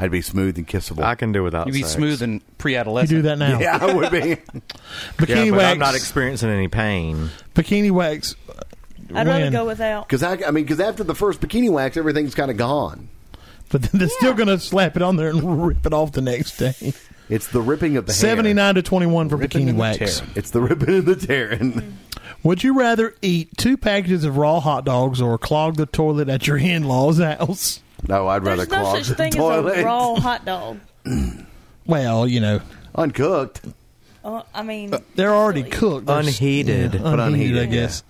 Speaker 2: I'd be smooth and kissable.
Speaker 4: I can do without.
Speaker 5: You'd be
Speaker 4: sex.
Speaker 5: smooth and
Speaker 3: You
Speaker 5: pre-adolescent.
Speaker 3: do that now.
Speaker 2: yeah, I would be.
Speaker 3: Bikini
Speaker 4: Yeah, but
Speaker 3: wax.
Speaker 4: I'm not experiencing any pain.
Speaker 3: bikini wax.
Speaker 6: I'd rather
Speaker 3: When?
Speaker 6: go without.
Speaker 2: Because I, I mean, because after the first bikini wax, everything's kind of gone.
Speaker 3: But then they're still going to slap it on there and rip it off the next day.
Speaker 2: It's the ripping of the hair.
Speaker 3: 79 to 21 for
Speaker 5: Ripping
Speaker 3: bikini
Speaker 5: and
Speaker 3: wax.
Speaker 5: tearing.
Speaker 2: It's the ripping of the tearing.
Speaker 3: Would you rather eat two packages of raw hot dogs or clog the toilet at your in law's house?
Speaker 2: No, I'd rather
Speaker 6: There's no
Speaker 2: clog
Speaker 6: such
Speaker 2: the
Speaker 6: thing
Speaker 2: toilet.
Speaker 6: as a raw hot dog.
Speaker 3: Well, you know,
Speaker 2: Uncooked.
Speaker 6: Uh, I mean,
Speaker 3: they're already cooked. They're s-
Speaker 4: Unheated.
Speaker 3: Yeah,
Speaker 2: But
Speaker 3: unheated,
Speaker 2: unheated,
Speaker 3: I guess.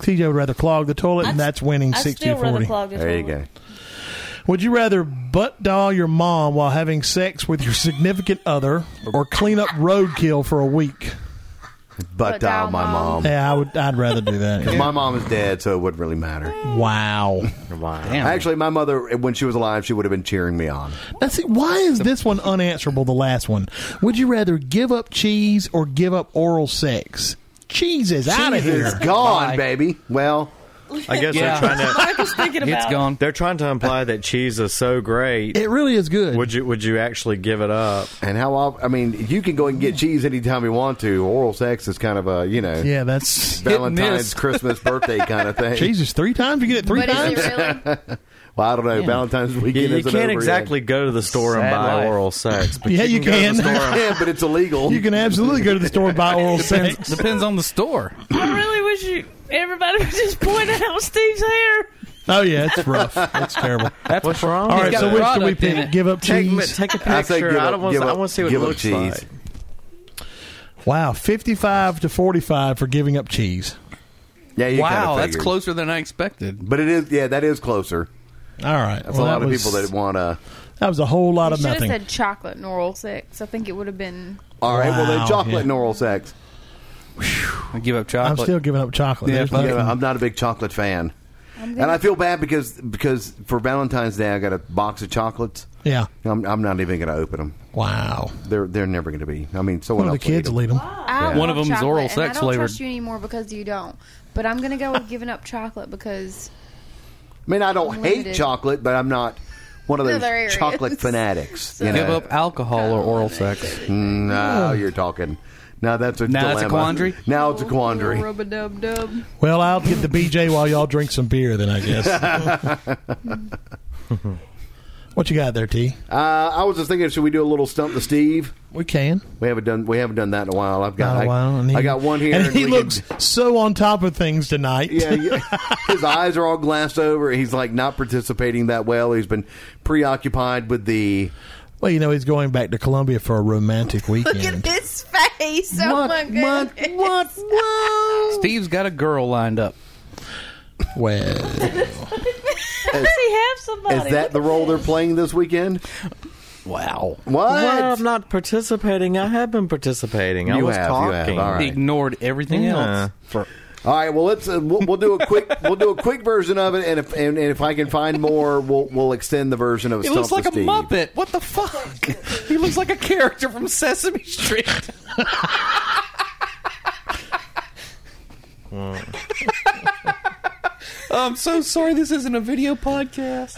Speaker 3: TJ would rather clog the toilet, and
Speaker 6: I'd-
Speaker 3: that's winning
Speaker 6: I
Speaker 3: 60
Speaker 6: still rather
Speaker 3: 40.
Speaker 6: clog this
Speaker 2: There you
Speaker 6: toilet.
Speaker 2: go.
Speaker 3: Would you rather butt doll your mom while having sex with your significant other or clean up roadkill for a week?
Speaker 2: Butt dial
Speaker 7: down
Speaker 2: uh, my
Speaker 7: mom.
Speaker 2: mom.
Speaker 3: Yeah, I would, I'd rather do that.
Speaker 2: My mom is dead, so it wouldn't really matter.
Speaker 3: Wow.
Speaker 4: Wow.
Speaker 5: Damn.
Speaker 2: Actually, my mother, when she was alive, she would have been cheering me on.
Speaker 3: That's it. Why is this one unanswerable? The last one. Would you rather give up cheese or give up oral sex? Cheese is out
Speaker 2: It's
Speaker 3: of here.
Speaker 2: gone,
Speaker 5: Bye.
Speaker 2: baby. Well,
Speaker 4: I guess
Speaker 5: Yeah.
Speaker 4: they're trying to.
Speaker 6: I was thinking about
Speaker 5: It's gone.
Speaker 4: They're trying to imply that cheese is so great.
Speaker 3: It really is good.
Speaker 4: would you Would you actually give it up?
Speaker 2: and how often? I mean, you can go and get cheese anytime you want to. Oral sex is kind of a, you know,
Speaker 3: yeah, that's
Speaker 2: Valentine's,
Speaker 5: miss.
Speaker 2: Christmas, birthday kind of thing.
Speaker 3: cheese is three times. You get it three
Speaker 7: but
Speaker 3: times.
Speaker 7: is it really?
Speaker 2: Well, I don't know. Valentine's
Speaker 4: You,
Speaker 2: weekend
Speaker 4: you
Speaker 2: isn't
Speaker 4: can't
Speaker 2: over
Speaker 4: exactly go to the store and
Speaker 5: Sad
Speaker 4: buy
Speaker 5: life.
Speaker 4: oral sex. But
Speaker 3: Yeah, you
Speaker 4: go to the
Speaker 3: can.
Speaker 4: store
Speaker 2: yet.
Speaker 4: and-
Speaker 2: Yeah, but it's illegal.
Speaker 3: You can absolutely go to the store and buy oral
Speaker 5: Depends,
Speaker 3: sex.
Speaker 5: depends on the store.
Speaker 6: I really wish you everybody would just point out Steve's hair.
Speaker 3: Oh yeah, it's rough. That's terrible.
Speaker 5: That's
Speaker 4: What's wrong?
Speaker 3: All
Speaker 5: He's
Speaker 3: right,
Speaker 5: got
Speaker 3: so which do
Speaker 5: product
Speaker 3: we
Speaker 5: in
Speaker 3: pick?
Speaker 5: it.
Speaker 3: Give up
Speaker 4: Take,
Speaker 3: cheese.
Speaker 4: take a picture.
Speaker 2: I
Speaker 4: I,
Speaker 2: say give
Speaker 4: don't
Speaker 2: up-
Speaker 4: want.
Speaker 2: give
Speaker 4: I
Speaker 2: up-
Speaker 4: want to see what
Speaker 2: give
Speaker 4: it
Speaker 2: up
Speaker 4: looks
Speaker 2: cheese.
Speaker 4: like.
Speaker 3: Wow, fifty-five to forty-five for giving up cheese.
Speaker 2: Yeah, you kinda
Speaker 5: Wow, that's
Speaker 2: figured.
Speaker 5: closer than I expected.
Speaker 2: But it is. Yeah, that is closer.
Speaker 3: All right,
Speaker 2: That's a
Speaker 3: well,
Speaker 2: lot
Speaker 3: that
Speaker 2: of
Speaker 3: was,
Speaker 2: people that want to.
Speaker 3: that was a whole lot
Speaker 7: You
Speaker 3: of
Speaker 7: should have
Speaker 3: nothing.
Speaker 7: said chocolate and oral sex. I think it would have been.
Speaker 2: All right. Well,
Speaker 3: Wow,
Speaker 2: then chocolate
Speaker 3: yeah.
Speaker 2: and oral sex.
Speaker 5: I give up
Speaker 3: I'm
Speaker 5: chocolate.
Speaker 3: still giving up chocolate.
Speaker 5: Yeah,
Speaker 3: There's
Speaker 5: but-
Speaker 2: Yeah,
Speaker 3: nothing.
Speaker 2: I'm not a big chocolate fan, and I feel bad because because for Valentine's Day I got a box of chocolates.
Speaker 3: yeah.
Speaker 2: I'm, I'm not even going to open them.
Speaker 3: Wow.
Speaker 2: They're they're never going to be. I mean, someone
Speaker 3: One of
Speaker 2: else
Speaker 3: the
Speaker 2: will eat
Speaker 3: kids
Speaker 2: 'em.
Speaker 3: will eat them.
Speaker 7: I
Speaker 2: Yeah.
Speaker 5: One of
Speaker 7: love
Speaker 5: them's
Speaker 7: chocolate,
Speaker 5: oral
Speaker 7: and
Speaker 5: sex
Speaker 7: I don't
Speaker 5: flavored.
Speaker 7: trust you anymore because you don't. But I'm gonna go with giving up chocolate because
Speaker 2: I mean, I don't hate
Speaker 7: Limited.
Speaker 2: chocolate, but I'm not one of
Speaker 7: No,
Speaker 2: those
Speaker 7: there is.
Speaker 2: chocolate fanatics. You
Speaker 5: give
Speaker 2: know?
Speaker 5: up alcohol or oral sex.
Speaker 2: No, you're talking. Now that's a
Speaker 5: Now it's
Speaker 2: dilemma.
Speaker 5: a quandary?
Speaker 2: Now it's a quandary.
Speaker 7: Rub a dub dub.
Speaker 3: Well, I'll get the BJ while y'all drink some beer, then I guess. what you got there, T?
Speaker 2: Uh, I was just thinking, should we do a little stump to Steve?
Speaker 3: We can.
Speaker 2: We haven't done we haven't done that in a while. I've got
Speaker 3: Not
Speaker 2: I,
Speaker 3: a while. and
Speaker 2: I got one here,
Speaker 3: and,
Speaker 2: and,
Speaker 3: he
Speaker 2: we
Speaker 3: looks
Speaker 2: Can,
Speaker 3: so on top of things tonight.
Speaker 2: yeah, yeah. his eyes are all glassed over. He's like not participating that well. He's been preoccupied with the
Speaker 3: Well, you know he's going back to Columbia for a romantic
Speaker 7: Look at
Speaker 3: weekend.
Speaker 7: his face. Oh
Speaker 2: what,
Speaker 7: my goodness.
Speaker 2: what, what, what?
Speaker 5: Steve's got a girl lined up.
Speaker 3: well,
Speaker 6: How does he have somebody?
Speaker 2: Is that the role they're playing this weekend?
Speaker 5: Wow.
Speaker 2: What?
Speaker 4: Well, I'm not participating. I have been participating. I
Speaker 2: You
Speaker 4: was
Speaker 2: have, you have.
Speaker 4: talking.
Speaker 2: All right.
Speaker 5: He ignored everything
Speaker 4: Yeah.
Speaker 5: else. For,
Speaker 2: All right. Well, let's uh, we'll, we'll do a quick we'll do a quick version of it, and if and, and if I can find more, we'll we'll extend the version of.
Speaker 5: it
Speaker 2: Stump
Speaker 5: looks
Speaker 2: the
Speaker 5: like a
Speaker 2: Steve.
Speaker 5: Muppet. What the fuck? he looks like a character from Sesame Street. I'm so sorry this isn't a video podcast.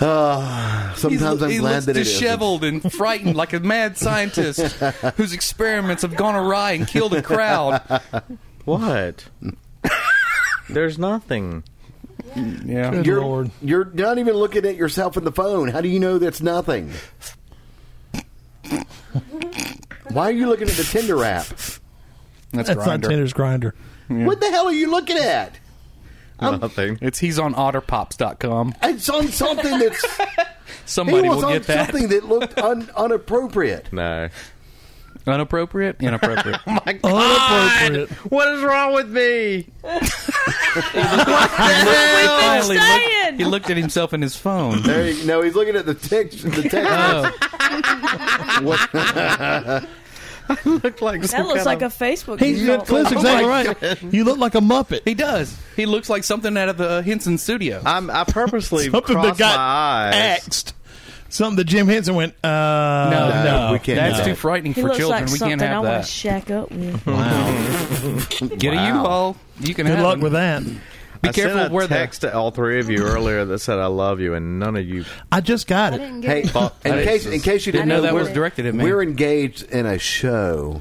Speaker 2: Sometimes I'm
Speaker 5: he
Speaker 2: glad
Speaker 5: looks
Speaker 2: that it isn't.
Speaker 5: disheveled and frightened like a mad scientist whose experiments have gone awry and killed a crowd.
Speaker 4: What? There's nothing.
Speaker 5: Yeah.
Speaker 2: You're,
Speaker 3: Lord.
Speaker 2: you're not even looking at yourself in the phone. How do you know that's nothing? Why are you looking at the Tinder app?
Speaker 5: That's,
Speaker 3: that's not
Speaker 5: grinder.
Speaker 3: Tinder's grinder.
Speaker 2: What the hell are you looking at?
Speaker 4: Nothing.
Speaker 5: It's he's on otterpops.com.
Speaker 2: It's on something that's
Speaker 5: Somebody
Speaker 2: he was
Speaker 5: will
Speaker 2: on
Speaker 5: get that.
Speaker 2: something that looked un, unappropriate.
Speaker 4: No.
Speaker 5: Inappropriate? Inappropriate.
Speaker 4: Oh My God,
Speaker 3: Inappropriate.
Speaker 4: what is wrong with me?
Speaker 5: Finally looked-
Speaker 6: saying.
Speaker 5: he looked at himself in his phone.
Speaker 2: There you, no, he's looking at the text. The text.
Speaker 4: Look like
Speaker 6: That looks like a Facebook.
Speaker 3: He's
Speaker 6: result.
Speaker 3: Cliff's exactly right. You look like a Muppet.
Speaker 5: He does. He looks like something out of the uh, Henson studio.
Speaker 4: I'm, I purposely
Speaker 3: Something that
Speaker 4: crossed my
Speaker 3: got
Speaker 4: eyes.
Speaker 3: axed. Something that Jim Henson went, uh, no,
Speaker 2: we can't
Speaker 5: That's
Speaker 2: do
Speaker 5: too
Speaker 2: that.
Speaker 5: frightening
Speaker 6: He
Speaker 5: for
Speaker 6: looks
Speaker 5: children.
Speaker 6: like
Speaker 5: we
Speaker 6: something
Speaker 5: can't
Speaker 6: I
Speaker 5: have
Speaker 6: want
Speaker 5: that.
Speaker 6: to shack up with.
Speaker 5: Get a U-Haul. You can
Speaker 3: Good
Speaker 5: have
Speaker 3: luck
Speaker 5: them.
Speaker 3: with that.
Speaker 5: Be
Speaker 4: I
Speaker 5: careful
Speaker 4: sent a
Speaker 5: where the-
Speaker 4: text to all three of you earlier that said I love you, and none of you.
Speaker 3: I just got
Speaker 7: I
Speaker 3: it.
Speaker 7: didn't
Speaker 2: Hey,
Speaker 7: get it.
Speaker 2: in case in case you didn't
Speaker 5: Didn't know that
Speaker 2: we're-
Speaker 5: was directed at me.
Speaker 2: We're engaged in a show.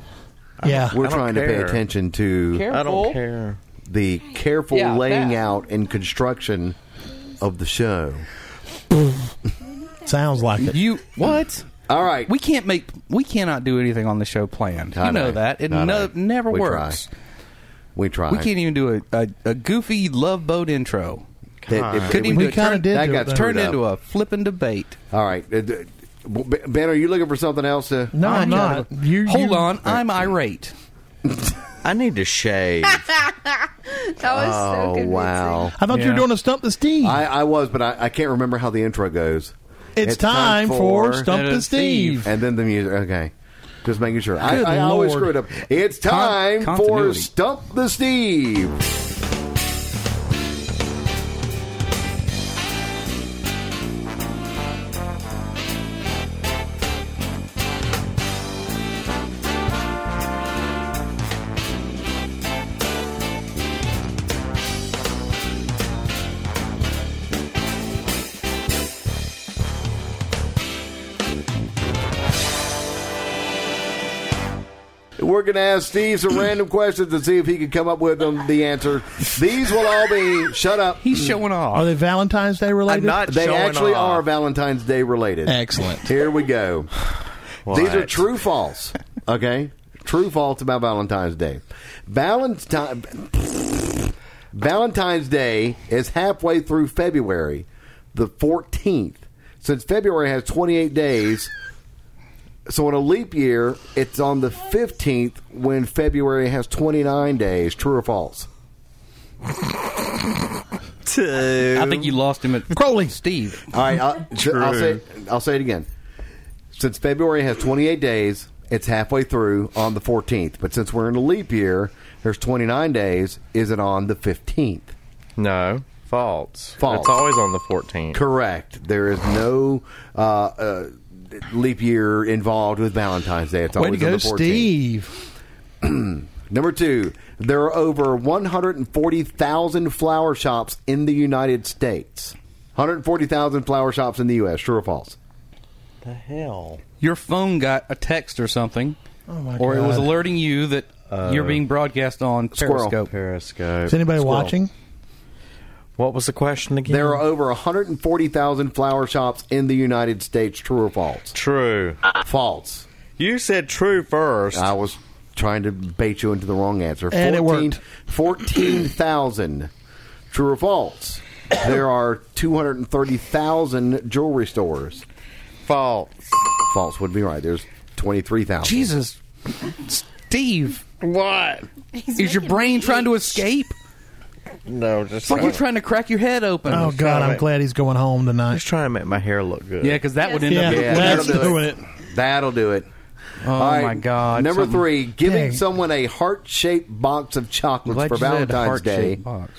Speaker 3: Yeah.
Speaker 2: We're
Speaker 4: don't
Speaker 2: trying to pay
Speaker 4: care.
Speaker 2: attention to
Speaker 4: I
Speaker 5: Careful.
Speaker 4: don't care.
Speaker 2: the careful
Speaker 5: Yeah,
Speaker 2: laying
Speaker 5: that.
Speaker 2: out and construction of the show.
Speaker 3: Sounds like it.
Speaker 5: You what?
Speaker 2: All right,
Speaker 5: We can't make. We cannot do anything on the show planned.
Speaker 2: I
Speaker 5: you know,
Speaker 2: know.
Speaker 5: that it
Speaker 2: I
Speaker 5: no,
Speaker 2: know.
Speaker 5: never
Speaker 2: We
Speaker 5: works.
Speaker 2: we try.
Speaker 5: We can't even do a, a, a goofy love boat intro.
Speaker 2: That- if-
Speaker 5: Couldn't
Speaker 2: it
Speaker 5: even
Speaker 2: would-
Speaker 5: do
Speaker 3: We
Speaker 5: it.
Speaker 3: kind of
Speaker 5: Turn-
Speaker 3: did.
Speaker 2: that
Speaker 3: do
Speaker 2: got
Speaker 3: it, though.
Speaker 2: screwed
Speaker 5: Turned
Speaker 2: up.
Speaker 5: into a flippin' debate.
Speaker 2: All right, Uh, d- Ben, are you looking for something else? To,
Speaker 3: No, I'm
Speaker 5: trying
Speaker 3: not.
Speaker 5: to-
Speaker 3: You,
Speaker 5: Hold
Speaker 3: you-
Speaker 5: on, I'm irate.
Speaker 4: I need to shave.
Speaker 7: That was so
Speaker 2: oh
Speaker 7: convincing.
Speaker 2: wow,
Speaker 3: I thought you were
Speaker 5: Yeah.
Speaker 3: doing a stump the Steve.
Speaker 2: I, I was, but I, I can't remember how the intro goes.
Speaker 3: it's, time, for Stump
Speaker 5: It
Speaker 3: the
Speaker 5: is
Speaker 3: Steve.
Speaker 2: and then the music. Okay, just making sure. I,
Speaker 3: Good
Speaker 2: I always
Speaker 3: Lord.
Speaker 2: screw it up. It's time for
Speaker 5: continuity.
Speaker 2: Stump the Steve. We're going to ask Steve some random questions and see if he can come up with them. The answer. These will all be. Shut up.
Speaker 3: Hmm.
Speaker 5: He's showing off.
Speaker 3: Are they Valentine's Day related?
Speaker 4: I'm not.
Speaker 2: They
Speaker 4: showing
Speaker 2: actually
Speaker 4: off.
Speaker 2: are Valentine's Day related.
Speaker 3: Excellent.
Speaker 2: Here we go. These are
Speaker 4: What?
Speaker 2: true false. Okay? true false about Valentine's Day. Valentine Valentine's Day is halfway through February, the 14th. Since February has 28 days, so in a leap year, it's on the 15th when February has 29 days. True or false?
Speaker 5: I think you lost him at
Speaker 3: Crowley.
Speaker 5: Steve.
Speaker 2: All right, I'll, I'll say I'll say it again. Since February has 28 days, it's halfway through on the 14th. But since we're in a leap year, there's 29 days. Is it on the 15th?
Speaker 4: No, false.
Speaker 2: False.
Speaker 4: It's always on the 14th.
Speaker 2: Correct. There is no uh, uh, leap year involved with Valentine's Day. It's
Speaker 3: Way
Speaker 2: always
Speaker 3: to go,
Speaker 2: on the 14th.
Speaker 3: Steve.
Speaker 2: Number two, there are over 140,000 flower shops in the United States. 140,000 flower shops in the U.S. True or false?
Speaker 4: the hell?
Speaker 5: Your phone got a text or something,
Speaker 3: Oh, my
Speaker 5: or it was
Speaker 3: God.
Speaker 5: alerting you that you're being broadcast on
Speaker 2: Squirrel.
Speaker 5: Periscope.
Speaker 4: Periscope.
Speaker 3: Is anybody
Speaker 4: Squirrel.
Speaker 3: watching?
Speaker 4: What was the question again?
Speaker 2: There are over 140,000 flower shops in the United States. True or false?
Speaker 4: true.
Speaker 2: False.
Speaker 4: You said true first.
Speaker 2: I was trying to bait you into the wrong answer.
Speaker 3: And it worked.
Speaker 2: 14,000. True or false? There are 230,000 jewelry stores.
Speaker 4: false.
Speaker 2: False would be right. There's 23,000.
Speaker 5: Jesus, Steve,
Speaker 4: What?
Speaker 7: He's
Speaker 5: is your
Speaker 7: making
Speaker 5: brain
Speaker 7: me
Speaker 5: trying to
Speaker 7: eat.
Speaker 5: escape?
Speaker 4: No, just
Speaker 5: It's like you're trying to crack your head open.
Speaker 3: Oh, God. I'm glad he's going home tonight.
Speaker 4: Just trying to make my hair look good.
Speaker 5: Yeah, because that would end
Speaker 3: Yeah,
Speaker 5: up.
Speaker 2: Yeah,
Speaker 3: that's
Speaker 2: that'll do
Speaker 3: doing
Speaker 2: it.
Speaker 3: it.
Speaker 2: That'll do it.
Speaker 5: Oh
Speaker 2: All
Speaker 5: my
Speaker 2: right.
Speaker 5: God!
Speaker 2: Number
Speaker 5: something-
Speaker 2: three, giving
Speaker 3: Dang.
Speaker 2: someone a heart shaped box of chocolates
Speaker 5: Glad
Speaker 2: for
Speaker 5: you said
Speaker 2: Valentine's Day
Speaker 5: heart-shaped box.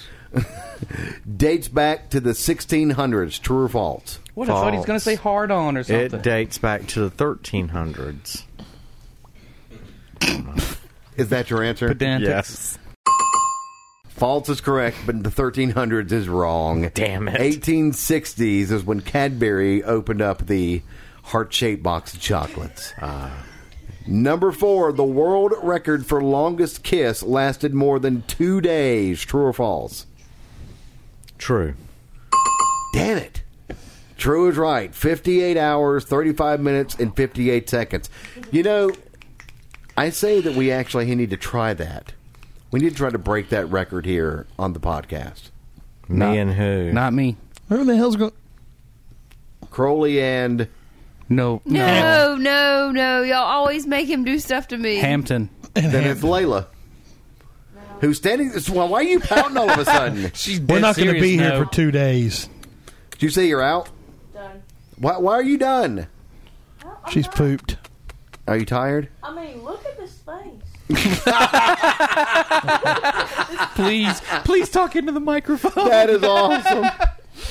Speaker 2: dates back to the 1600s. True or false?
Speaker 5: What I thought he was going to say hard on or
Speaker 4: It
Speaker 5: something.
Speaker 4: dates back to the 1300s.
Speaker 2: Is that your answer?
Speaker 5: Pedantic.
Speaker 4: Yes.
Speaker 2: False is correct, but the 1300s is wrong.
Speaker 4: Damn it.
Speaker 2: 1860s is when Cadbury opened up the heart shaped box of chocolates. Uh, Number four, the world record for longest kiss lasted more than two days. True or false?
Speaker 4: True.
Speaker 2: Damn it. True is right. 58 hours, 35 minutes, and 58 seconds. You know, I say that we actually need to try that. We need to try to break that record here on the podcast.
Speaker 4: Me
Speaker 5: Not-
Speaker 4: and who?
Speaker 5: Not me.
Speaker 3: Who the hell's going?
Speaker 2: Crowley and
Speaker 5: No. No.
Speaker 7: No, no, no. Y'all always make him do stuff to me.
Speaker 5: Hampton.
Speaker 2: then it's Layla. Who's standing? Well, why are you pouting all of a sudden? Did
Speaker 5: She's
Speaker 3: We're
Speaker 5: dead
Speaker 3: not going to
Speaker 5: serious
Speaker 3: be here
Speaker 5: now.
Speaker 3: for two days.
Speaker 2: you say you're out?
Speaker 6: Done.
Speaker 2: Why, why are you done?
Speaker 3: She's pooped.
Speaker 2: Are you tired?
Speaker 6: I mean, look at this face.
Speaker 5: Please, please talk into the microphone.
Speaker 2: That is awesome.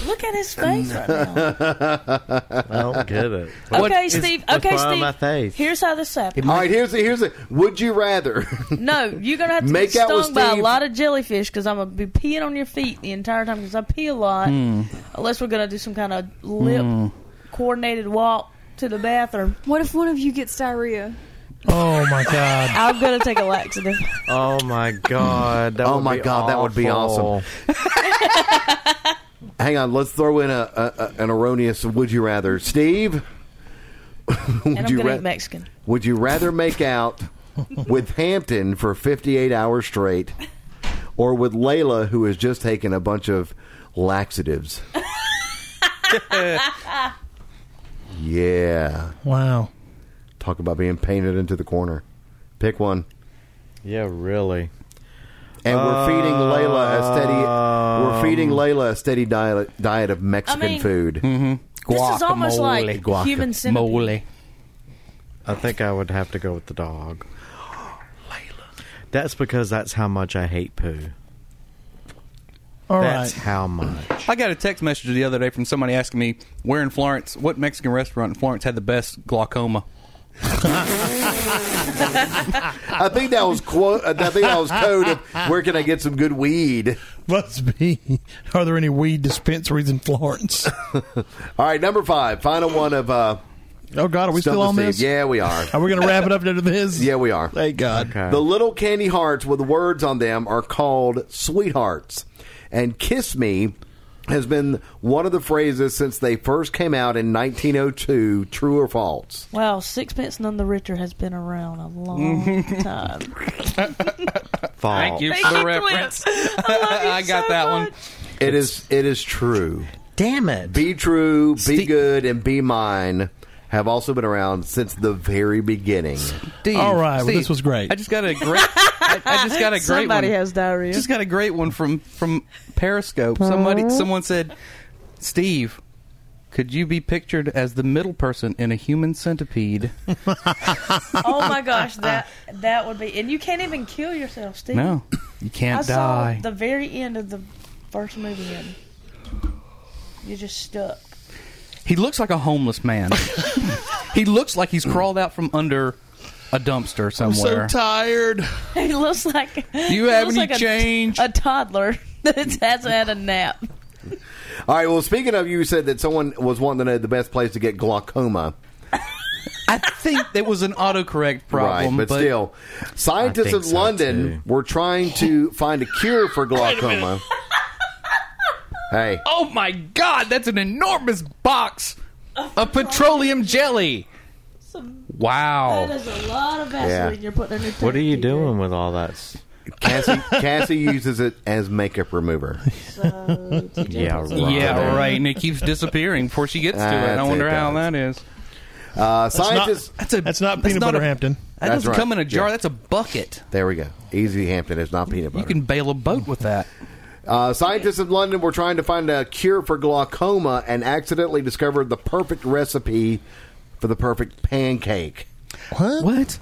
Speaker 6: Look at his face
Speaker 5: uh,
Speaker 6: right now.
Speaker 4: I don't get it.
Speaker 6: okay, Steve.
Speaker 4: what's
Speaker 6: okay,
Speaker 4: wrong with
Speaker 6: Steve.
Speaker 4: my face?
Speaker 6: Here's how this happened.
Speaker 2: All right, here's the, here's the. Would you rather?
Speaker 6: No, you're gonna have to
Speaker 2: Make
Speaker 6: get
Speaker 2: out with
Speaker 6: stung by a
Speaker 2: Steve.
Speaker 6: lot of jellyfish because I'm gonna be peeing on your feet the entire time because I pee a lot.
Speaker 2: Hmm.
Speaker 6: Unless we're gonna do some kind of lip coordinated walk to the bathroom.
Speaker 7: What if one of you gets diarrhea?
Speaker 3: Oh my god.
Speaker 6: I'm gonna take a laxative.
Speaker 4: Oh my god! That
Speaker 2: Oh
Speaker 4: would
Speaker 2: my
Speaker 4: be
Speaker 2: God, that would be
Speaker 4: awful.
Speaker 2: awesome. Hang on, let's throw in a, a, a an erroneous. Would you rather, Steve? would
Speaker 6: and I'm gonna
Speaker 2: ra-
Speaker 6: eat Mexican.
Speaker 2: Would you rather make out with Hampton for 58 hours straight or with Layla, who has just taken a bunch of laxatives? yeah.
Speaker 3: Wow.
Speaker 2: Talk about being painted into the corner. Pick one.
Speaker 4: Yeah, really.
Speaker 2: And we're feeding Layla a steady. we're feeding Layla a steady diet diet of Mexican
Speaker 6: Um, I mean-
Speaker 2: food.
Speaker 6: This is almost like
Speaker 5: Guacamole.
Speaker 6: human centipede.
Speaker 5: Guacamole.
Speaker 4: I think I would have to go with the dog. Layla. That's because that's how much I hate poo.
Speaker 3: All right.
Speaker 4: that's how much.
Speaker 5: I got a text message the other day from somebody asking me where in Florence, what Mexican restaurant in Florence had the best glaucoma.
Speaker 2: I think that was quote. I think that was code of where can I get some good weed.
Speaker 3: Must be. Are there any weed dispensaries in Florence?
Speaker 2: All right, number five, final one of. uh
Speaker 3: Oh God, are we
Speaker 2: Stuff
Speaker 3: still
Speaker 2: to
Speaker 3: on
Speaker 2: see.
Speaker 3: this?
Speaker 2: Yeah, we are.
Speaker 3: Are we going to wrap it up after this?
Speaker 2: Yeah, we are.
Speaker 3: Thank God.
Speaker 4: Okay.
Speaker 2: The little candy hearts with words on them are called sweethearts. And kiss me has been one of the phrases since they first came out in 1902, true or false.
Speaker 6: Wow, sixpence none the richer has been around a long time.
Speaker 4: Fall.
Speaker 5: Thank you
Speaker 6: Thank
Speaker 5: for the
Speaker 6: you,
Speaker 5: reference.
Speaker 6: Clint. I, love you
Speaker 5: I got
Speaker 6: so
Speaker 5: that
Speaker 6: much.
Speaker 5: one.
Speaker 2: It is it is true.
Speaker 4: Damn it.
Speaker 2: Be true, be
Speaker 5: Ste-
Speaker 2: good and be mine have also been around since the very beginning.
Speaker 5: Steve,
Speaker 3: All right, well,
Speaker 5: Steve,
Speaker 3: this was great.
Speaker 5: I just got a great. I, I just got a great
Speaker 6: Somebody
Speaker 5: one.
Speaker 6: has diarrhea.
Speaker 5: Just got a great one from from Periscope. Somebody, someone said, "Steve, could you be pictured as the middle person in a human centipede?"
Speaker 6: Oh my gosh,
Speaker 5: Uh.
Speaker 6: that that would be, and you can't even kill yourself, Steve.
Speaker 5: no, you can't
Speaker 6: I
Speaker 5: die.
Speaker 6: saw the very end of the first movie, and you're just stuck.
Speaker 5: He looks like a homeless man. he looks like he's crawled out from under a dumpster somewhere.
Speaker 3: So tired.
Speaker 6: He looks like do
Speaker 5: you have any change?
Speaker 6: A, toddler that hasn't had a nap.
Speaker 2: All right, well speaking of you said that someone was wanting to know the best place to get glaucoma.
Speaker 5: I think that was an autocorrect problem,
Speaker 2: right, but, still,
Speaker 4: I
Speaker 2: scientists in
Speaker 4: think so,
Speaker 2: London
Speaker 4: too.
Speaker 2: were trying to find a cure for glaucoma. hey,
Speaker 5: Oh my god, that's an enormous box of petroleum jelly.
Speaker 6: That
Speaker 5: Wow.
Speaker 6: is a lot of Vaseline
Speaker 2: Yeah.
Speaker 6: you're putting in your.
Speaker 4: What are you
Speaker 6: toothpick.
Speaker 4: doing with all that? s-
Speaker 2: Cassie, Cassie uses it as makeup remover.
Speaker 6: So, TJ
Speaker 4: Yeah,
Speaker 6: puts it
Speaker 4: right.
Speaker 6: in.
Speaker 5: Yeah, right. And it keeps disappearing before she gets to it. I
Speaker 2: That's
Speaker 5: wonder
Speaker 2: it,
Speaker 5: how
Speaker 2: guys.
Speaker 5: that is.
Speaker 2: Uh, scientists.
Speaker 5: That's a
Speaker 3: That's not peanut
Speaker 5: not
Speaker 3: butter
Speaker 5: a-
Speaker 3: Hampton.
Speaker 5: That
Speaker 2: That's
Speaker 5: doesn't
Speaker 2: right.
Speaker 5: come in a jar.
Speaker 2: Yeah.
Speaker 5: That's a bucket.
Speaker 2: there we go. Easy Hampton is not peanut butter.
Speaker 5: You can bail a boat with that.
Speaker 2: Uh, scientists in London were trying to find a cure for glaucoma and accidentally discovered the perfect recipe for the perfect pancake.
Speaker 5: What?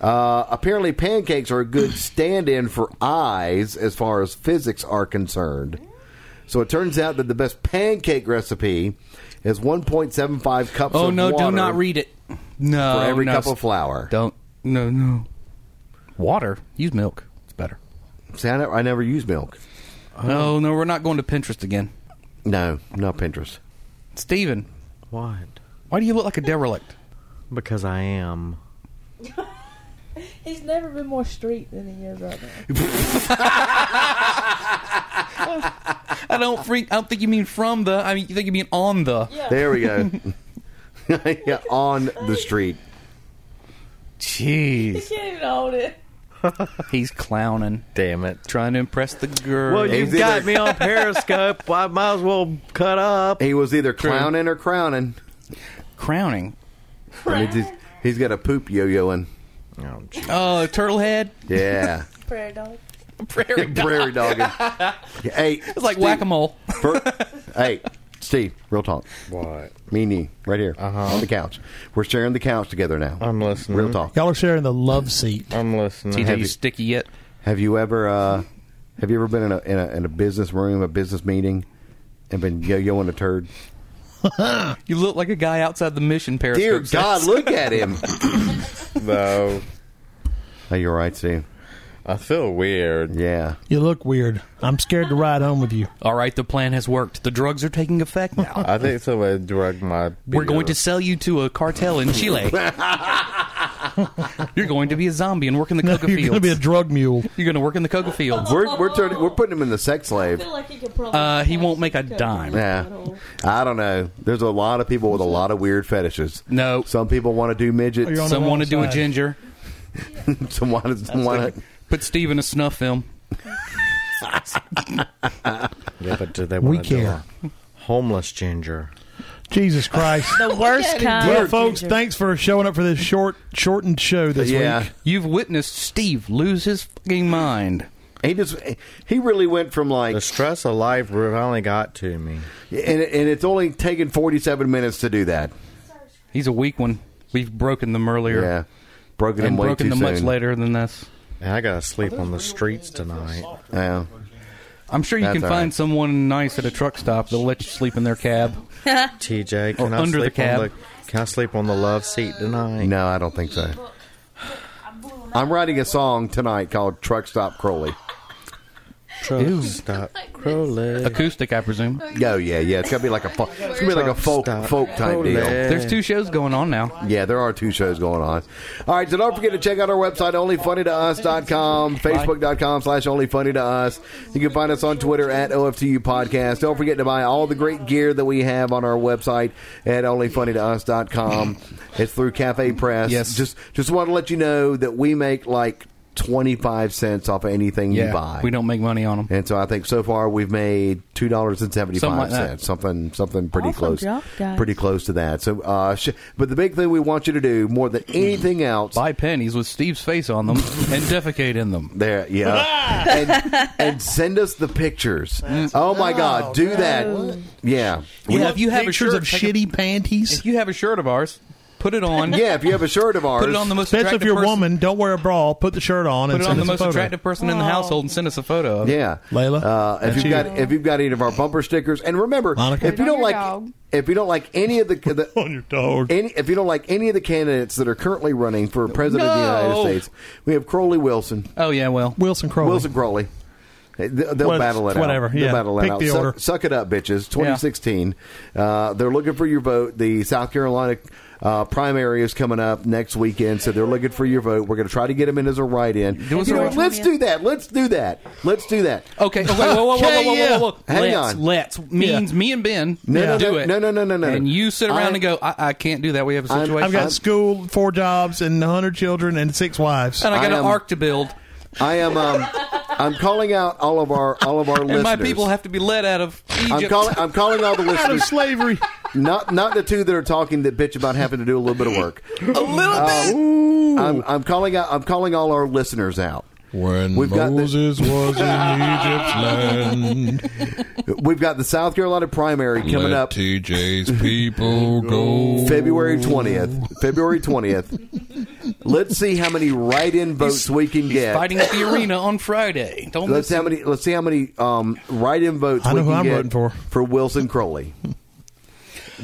Speaker 2: Uh, apparently, pancakes are a good stand in for eyes as far as physics are concerned. So it turns out that the best pancake recipe is 1.75 cups
Speaker 5: Oh
Speaker 2: of
Speaker 5: no,
Speaker 2: water
Speaker 5: do not read it. No.
Speaker 2: for every
Speaker 5: no.
Speaker 2: cup of flour.
Speaker 5: Don't. No, no. Water. Use milk. It's better.
Speaker 2: See, I never, I never use milk.
Speaker 5: No, no, we're not going to Pinterest again.
Speaker 2: No, not Pinterest.
Speaker 5: Steven,
Speaker 4: What?
Speaker 5: why do you look like a derelict?
Speaker 4: Because I am.
Speaker 6: He's never been more street than he is right now.
Speaker 5: I don't freak. I don't think you mean from the. I mean, you think you mean on the.
Speaker 2: There we go. yeah, on the street.
Speaker 6: He
Speaker 5: Jeez.
Speaker 6: can't even hold it.
Speaker 5: He's clowning,
Speaker 4: Damn it.
Speaker 5: trying to impress the girl.
Speaker 4: Well, you
Speaker 2: Is it
Speaker 4: got
Speaker 2: a-
Speaker 4: me on Periscope. I might as well cut up.
Speaker 2: He was either clowning or crowning.
Speaker 5: crowning.
Speaker 2: I mean, he's- he's got a poop yo-yo in.
Speaker 4: Oh, gee.
Speaker 5: Oh, turtle head,
Speaker 2: Yeah,
Speaker 6: Prairie dog.
Speaker 5: prairie dog.
Speaker 2: prairie dogging. hey,
Speaker 5: It's like whack a mole.
Speaker 2: Fir- hey, Steve, real talk.
Speaker 4: What?
Speaker 2: Me and you, right here on the couch. We're sharing the couch together now.
Speaker 4: I'm listening.
Speaker 2: Real talk.
Speaker 3: Y'all are sharing the love seat.
Speaker 4: I'm listening.
Speaker 5: TJ,
Speaker 2: Have
Speaker 5: you
Speaker 2: you-
Speaker 5: sticky yet?
Speaker 2: Have you ever uh, have you ever been in a, in a in a business room, a business meeting, and been yo-yoing a turd?
Speaker 5: You look like a guy outside the mission. Periscope.
Speaker 2: Dear
Speaker 5: says.
Speaker 2: God, look at him.
Speaker 4: though.
Speaker 2: Are you all right, Steve?
Speaker 4: I feel weird.
Speaker 2: Yeah.
Speaker 3: You look weird. I'm scared to ride home with you.
Speaker 5: All right, the plan has worked. The drugs are taking effect now.
Speaker 4: I think somebody drug my.
Speaker 5: We're going to
Speaker 4: beer.
Speaker 5: sell you to a cartel in Chile. You're going to be a zombie and work in the
Speaker 3: No,
Speaker 5: coca
Speaker 3: you're
Speaker 5: fields.
Speaker 3: going to be a drug mule.
Speaker 5: You're going to work in the coca fields.
Speaker 2: We're we're turning, we're putting him in the sex
Speaker 6: I
Speaker 2: slave.
Speaker 6: feel like he could probably.
Speaker 5: Uh, he won't make a dime.
Speaker 2: Yeah. I don't know. There's a lot of people with a lot of weird fetishes.
Speaker 5: No.
Speaker 2: Some people want to do
Speaker 3: Oh, you're
Speaker 2: midgets.
Speaker 3: on-
Speaker 5: Some
Speaker 3: the
Speaker 5: want to
Speaker 3: wrong
Speaker 5: do a
Speaker 3: side.
Speaker 5: ginger.
Speaker 2: Some want to. Some want to
Speaker 5: Put Steve in a snuff film.
Speaker 4: Yeah, but do they
Speaker 3: We
Speaker 4: wanna do
Speaker 3: care.
Speaker 4: a Homeless ginger.
Speaker 3: Jesus Christ.
Speaker 6: the worst kind.
Speaker 3: Well,
Speaker 6: of
Speaker 3: folks,
Speaker 6: ginger.
Speaker 3: thanks for showing up for this short, shortened show this
Speaker 2: yeah.
Speaker 3: week.
Speaker 5: You've witnessed Steve lose his fucking mind.
Speaker 2: He just he really went from like
Speaker 4: The stress of life finally got to me.
Speaker 2: and, and it's only taken 47 minutes to do that.
Speaker 5: He's a weak one. We've broken them earlier.
Speaker 2: Yeah. Broken
Speaker 5: And
Speaker 2: him way
Speaker 5: broken
Speaker 2: too
Speaker 5: them much
Speaker 2: soon.
Speaker 5: later than this.
Speaker 4: And I gotta sleep on the streets tonight.
Speaker 2: Yeah.
Speaker 5: I'm sure you
Speaker 2: That's
Speaker 5: can
Speaker 2: all right.
Speaker 5: find someone nice at a truck stop that'll let you sleep in their cab.
Speaker 4: TJ, can
Speaker 5: Or
Speaker 4: I
Speaker 5: under the
Speaker 4: sleep
Speaker 5: cab.
Speaker 4: on the? Can I sleep on the love seat tonight?
Speaker 2: No, I don't think so. I'm writing a song tonight called Truck Stop Crowley.
Speaker 4: Truck stop Crowley.
Speaker 5: Acoustic, I presume.
Speaker 2: Oh yeah, yeah. It's gonna be like a fo- it's gonna be like a folk folk type
Speaker 4: Crowley.
Speaker 2: deal.
Speaker 5: There's two shows going on now.
Speaker 2: Yeah, there are two shows going on. All right, so don't forget to check out our website, onlyfunnytous.com, facebook.com slash onlyfunnytous. You can find us on Twitter at OFTU Podcast. Don't forget to buy all the great gear that we have on our website at onlyfunnytous.com. It's through Cafe Press.
Speaker 5: Yes.
Speaker 2: Just, just want to let you know that we make like 25 cents off of anything you buy.
Speaker 5: we don't make money on them.
Speaker 2: And so I think so far we've made two dollars and seventy
Speaker 5: Something
Speaker 2: five
Speaker 5: like that.
Speaker 2: cents, something something pretty
Speaker 6: Awesome
Speaker 2: close,
Speaker 6: job, guys.
Speaker 2: pretty close to that. So, uh, sh- but the big thing we want you to do more than
Speaker 7: Mm.
Speaker 2: anything else,
Speaker 5: Buy pennies with Steve's face on them and defecate in them.
Speaker 2: there, yeah,
Speaker 5: Ah!
Speaker 2: and, and send us the pictures. Oh my God, do that, yeah, We-
Speaker 5: Yeah, if you have a
Speaker 3: pictures
Speaker 5: shirt,
Speaker 3: of
Speaker 5: take a-
Speaker 3: shitty panties,
Speaker 5: If you have a shirt of ours, put it on.
Speaker 2: yeah. If you have a shirt of ours,
Speaker 5: Put it on the most
Speaker 3: especially
Speaker 5: attractive
Speaker 3: if you're a
Speaker 5: person.
Speaker 3: woman, don't wear a bra. Put the shirt on
Speaker 5: Put
Speaker 3: and
Speaker 5: it
Speaker 3: send
Speaker 5: on the
Speaker 3: us
Speaker 5: most
Speaker 3: a photo.
Speaker 5: attractive person in
Speaker 2: Oh.
Speaker 5: the household and send us a photo of. it.
Speaker 2: Yeah,
Speaker 3: Layla,
Speaker 2: Uh, if
Speaker 3: that's
Speaker 2: you've
Speaker 3: you.
Speaker 2: got if you've got any of our bumper stickers, and remember,
Speaker 3: Monica.
Speaker 2: if you
Speaker 7: Put it on
Speaker 2: don't
Speaker 7: your
Speaker 2: like
Speaker 7: dog.
Speaker 2: if you don't like any of the, the
Speaker 3: on your dog.
Speaker 2: any, if you don't like any of the candidates that are currently running for president of the
Speaker 5: No.
Speaker 2: United States, we have Crowley Wilson,
Speaker 5: Oh yeah, well,
Speaker 3: Wilson Crowley.
Speaker 2: Wilson Crowley. They- They'll
Speaker 3: Well,
Speaker 2: battle it
Speaker 3: whatever,
Speaker 2: out. They'll
Speaker 3: yeah.
Speaker 2: battle it
Speaker 3: Pick
Speaker 2: out.
Speaker 3: the
Speaker 2: Suck-
Speaker 3: order.
Speaker 2: Suck, it up, bitches. 2016. Uh, they're looking for your vote. The South Carolina uh, primary is coming up next weekend, so they're looking for your vote. We're going to try to get him in as a write-in.
Speaker 5: Do us
Speaker 2: You
Speaker 5: a
Speaker 2: know,
Speaker 5: write-in.
Speaker 2: let's do that. Let's do that. Let's do that.
Speaker 5: okay, okay, whoa, whoa, whoa, whoa, whoa,
Speaker 3: Okay, yeah.
Speaker 5: whoa, whoa, whoa.
Speaker 2: Hang
Speaker 5: let's,
Speaker 2: on.
Speaker 5: let's means me and Ben
Speaker 2: No, no,
Speaker 5: do
Speaker 2: no,
Speaker 5: it.
Speaker 2: no, no, no, no, no.
Speaker 5: And you sit around
Speaker 2: I-
Speaker 5: and go, I, I can't do that. We have a
Speaker 2: I'm-
Speaker 5: situation.
Speaker 3: I've got
Speaker 2: I'm-
Speaker 3: school, four jobs, and 100 children, and six wives.
Speaker 5: and I got
Speaker 2: I
Speaker 5: an
Speaker 2: am-
Speaker 5: arc to build.
Speaker 2: I am. Um, I'm calling out all of our all of our
Speaker 5: And
Speaker 2: listeners.
Speaker 5: my people have to be led out of Egypt.
Speaker 2: I'm calling. I'm calling all the
Speaker 3: Out of
Speaker 2: listeners.
Speaker 3: slavery.
Speaker 2: Not not the two that are talking that bitch about having to do a little bit of work. a little bit. I'm, I'm calling out. I'm calling all our listeners out.
Speaker 3: When
Speaker 2: We've got the-
Speaker 3: was in Egypt's land,
Speaker 2: We've got the South Carolina primary coming up
Speaker 3: TJ's people go.
Speaker 2: February 20th. February 20th. Let's see how many write-in votes we can get.
Speaker 5: fighting at the arena on Friday. Don't
Speaker 2: Let's
Speaker 5: miss
Speaker 2: see how
Speaker 5: it.
Speaker 2: many. Let's see how many um, write-in votes
Speaker 3: I know
Speaker 2: we
Speaker 3: who
Speaker 2: can
Speaker 3: I'm
Speaker 2: get
Speaker 3: voting for.
Speaker 2: for Wilson Crowley.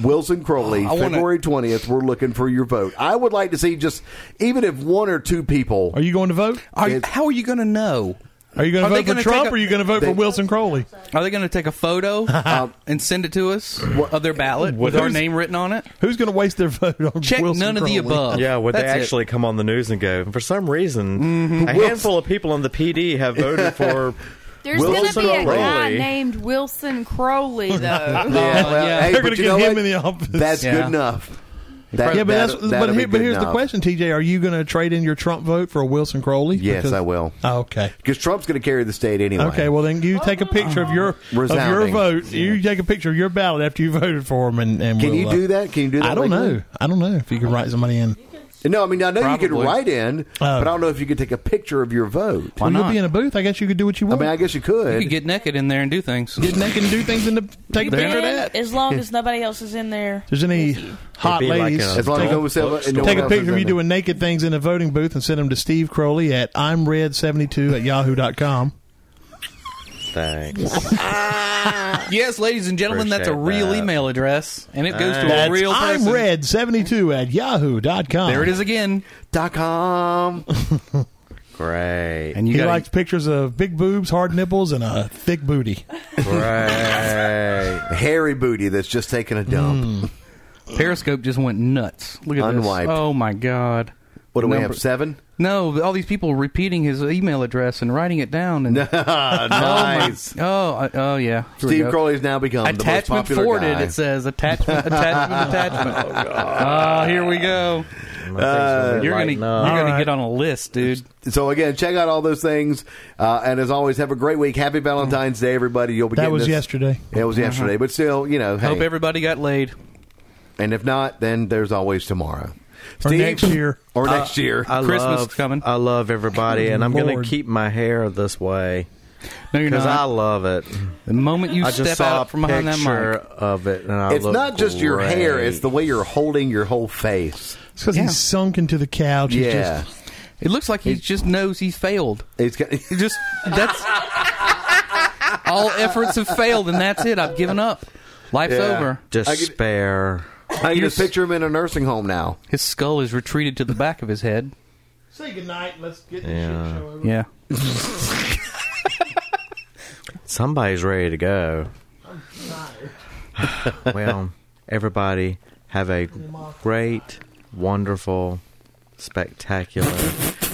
Speaker 2: Wilson Crowley,
Speaker 5: I wanna-
Speaker 2: February twentieth. We're looking for your vote. I would like to see just even if one or two people
Speaker 3: Are you going to vote?
Speaker 5: Are,
Speaker 2: It's-
Speaker 5: how are you going to know?
Speaker 3: Are you going
Speaker 5: Are
Speaker 3: to
Speaker 5: they
Speaker 3: vote for
Speaker 5: gonna
Speaker 3: Trump
Speaker 5: take a-
Speaker 3: or are you going to vote
Speaker 2: They-
Speaker 3: for Wilson Crowley?
Speaker 5: Are they going to take a photo
Speaker 2: um,
Speaker 5: and send it to us of their ballot with our
Speaker 3: who's-
Speaker 5: name written on it?
Speaker 3: Who's going to waste their vote on
Speaker 5: Check
Speaker 3: Wilson
Speaker 5: none of the
Speaker 3: Crowley?
Speaker 5: above.
Speaker 4: Yeah, would they
Speaker 5: That's it. Mm-hmm.
Speaker 4: actually come on the news and go? For some reason, a handful of people on the PD have voted for.
Speaker 7: There's going to
Speaker 4: Wilson
Speaker 7: be a guy
Speaker 4: Crowley.
Speaker 7: named Wilson Crowley, though.
Speaker 5: Yeah,
Speaker 2: Yeah, well,
Speaker 5: Uh, yeah.
Speaker 2: hey,
Speaker 3: They're
Speaker 2: but
Speaker 3: gonna
Speaker 2: you
Speaker 3: get
Speaker 2: know
Speaker 3: him
Speaker 2: what?
Speaker 3: in the office.
Speaker 2: That's
Speaker 5: Yeah.
Speaker 2: good enough. That-
Speaker 3: yeah, but
Speaker 2: that- that'll
Speaker 3: that's, but,
Speaker 2: be
Speaker 3: here, but
Speaker 2: good
Speaker 3: here's the
Speaker 2: enough.
Speaker 3: question, TJ: Are you going to trade in your Trump vote for a Wilson Crowley?
Speaker 2: Yes,
Speaker 3: Because-
Speaker 2: I will.
Speaker 3: Oh, okay.
Speaker 2: Because Trump's going to carry the state anyway.
Speaker 3: Okay, well then you take a picture of your of your
Speaker 2: Resounding.
Speaker 3: vote. You take a picture of your ballot after you voted for him, and, and
Speaker 2: Can
Speaker 3: we'll,
Speaker 2: you
Speaker 3: uh,
Speaker 2: do that? Can you do that?
Speaker 3: I don't
Speaker 2: legally?
Speaker 3: know. I don't know if you can write somebody in.
Speaker 2: No, I mean I know you could
Speaker 5: Probably.
Speaker 2: write in,
Speaker 3: Oh.
Speaker 2: but I don't know if you could take a picture of your vote.
Speaker 5: Why
Speaker 3: Well, you'll
Speaker 5: not?
Speaker 3: be in a booth. I guess you could do what you
Speaker 2: I
Speaker 3: want.
Speaker 2: mean, I guess you could.
Speaker 5: You could get naked in there and do things.
Speaker 3: Get naked and do things and take a
Speaker 6: Then,
Speaker 3: picture of that. If
Speaker 6: as long as nobody else is in there.
Speaker 3: there's any hot
Speaker 4: be like
Speaker 3: ladies,
Speaker 4: a-
Speaker 2: as long as
Speaker 3: take,
Speaker 2: no one says- no one
Speaker 3: take a
Speaker 2: else is
Speaker 3: picture of
Speaker 2: in
Speaker 3: you
Speaker 2: there.
Speaker 3: doing naked things in a voting booth and send them to Steve Crowley at I'm Red72 at yahoo.com.
Speaker 4: Thanks.
Speaker 5: Yes, ladies and gentlemen, that's a
Speaker 4: Appreciate
Speaker 5: real
Speaker 4: that.
Speaker 5: email address, and it goes to a
Speaker 3: That's
Speaker 5: real
Speaker 3: I'm
Speaker 5: person.
Speaker 3: Red72 at yahoo.com.
Speaker 5: There it is again.
Speaker 2: dot com.
Speaker 4: Great.
Speaker 5: And you
Speaker 3: He
Speaker 5: gotta-
Speaker 3: likes pictures of big boobs, hard nipples, and a thick booty.
Speaker 4: Great.
Speaker 2: Hairy booty that's just taking a dump.
Speaker 3: Hmm.
Speaker 5: Periscope just went nuts. Look at
Speaker 2: Unwiped.
Speaker 5: this. Oh my god.
Speaker 2: What do we
Speaker 5: Number-
Speaker 2: have? Seven.
Speaker 5: No, all these people repeating his email address and writing it down. And
Speaker 2: Ah, nice.
Speaker 5: oh, I- oh yeah. Here we
Speaker 2: Steve
Speaker 5: go.
Speaker 2: Crowley's now become the most
Speaker 5: Attachment
Speaker 2: popular
Speaker 5: forwarded.
Speaker 2: guy.
Speaker 5: It says attachment, attachment, attachment. Oh, here we go. Uh, You're gonna, you're gonna
Speaker 3: Alright.
Speaker 5: get on a list, dude.
Speaker 2: So again, check out all those things, uh, and as always, have a great week. Happy Valentine's Day, everybody. You'll be
Speaker 3: That
Speaker 2: getting
Speaker 3: was
Speaker 2: this-
Speaker 3: yesterday.
Speaker 2: It was yesterday, but still, you know.
Speaker 5: Hope
Speaker 2: hey.
Speaker 5: everybody got laid.
Speaker 2: and if not, then there's always tomorrow.
Speaker 3: Or
Speaker 2: Steve-
Speaker 3: next year.
Speaker 2: Or
Speaker 5: Uh,
Speaker 2: next year.
Speaker 4: I
Speaker 5: Christmas
Speaker 4: love,
Speaker 5: coming.
Speaker 4: I love everybody, and I'm going
Speaker 3: Lord.
Speaker 4: to keep my hair this way
Speaker 5: No, you're
Speaker 4: because
Speaker 5: not.
Speaker 4: I love it.
Speaker 5: the moment you
Speaker 4: I just
Speaker 5: step
Speaker 4: saw
Speaker 5: out
Speaker 4: a
Speaker 5: from behind that
Speaker 4: picture
Speaker 5: mic,
Speaker 4: of it, and I
Speaker 2: It's
Speaker 4: look
Speaker 2: not just your hair;
Speaker 4: great.
Speaker 2: it's the way you're holding your whole face.
Speaker 3: It's because
Speaker 5: Yeah.
Speaker 3: he's sunk into the couch. He's
Speaker 2: yeah,
Speaker 3: just-
Speaker 5: it looks like he just knows he's failed.
Speaker 2: it's got,
Speaker 5: He just that's all efforts have failed, and that's it. I've given up. Life's
Speaker 2: Yeah.
Speaker 5: over.
Speaker 4: despair.
Speaker 2: I can just picture him in a nursing home now.
Speaker 5: His skull is retreated to the back of his head.
Speaker 3: Say goodnight. Let's get this
Speaker 4: Yeah.
Speaker 3: shit show over.
Speaker 5: Yeah.
Speaker 4: Somebody's ready to go. well, everybody, have a great, wonderful, spectacular.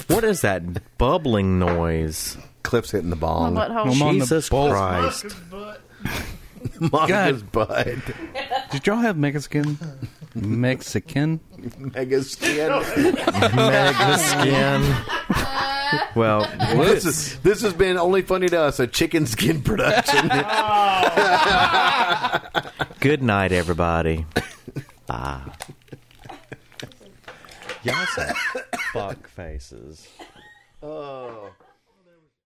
Speaker 4: what is that bubbling noise?
Speaker 2: Cliff's hitting the ball.
Speaker 6: My butthole.
Speaker 5: I'm on the
Speaker 4: Jesus
Speaker 5: ball.
Speaker 4: Christ.
Speaker 2: Monica's butt.
Speaker 5: Did y'all have Mexican? Mexican?
Speaker 2: Mega skin.
Speaker 4: Mega skin. Well,
Speaker 2: this, is, this has been only funny to us, a chicken skin production.
Speaker 4: good night, everybody. Bye. Y'all some fuck faces.
Speaker 2: oh.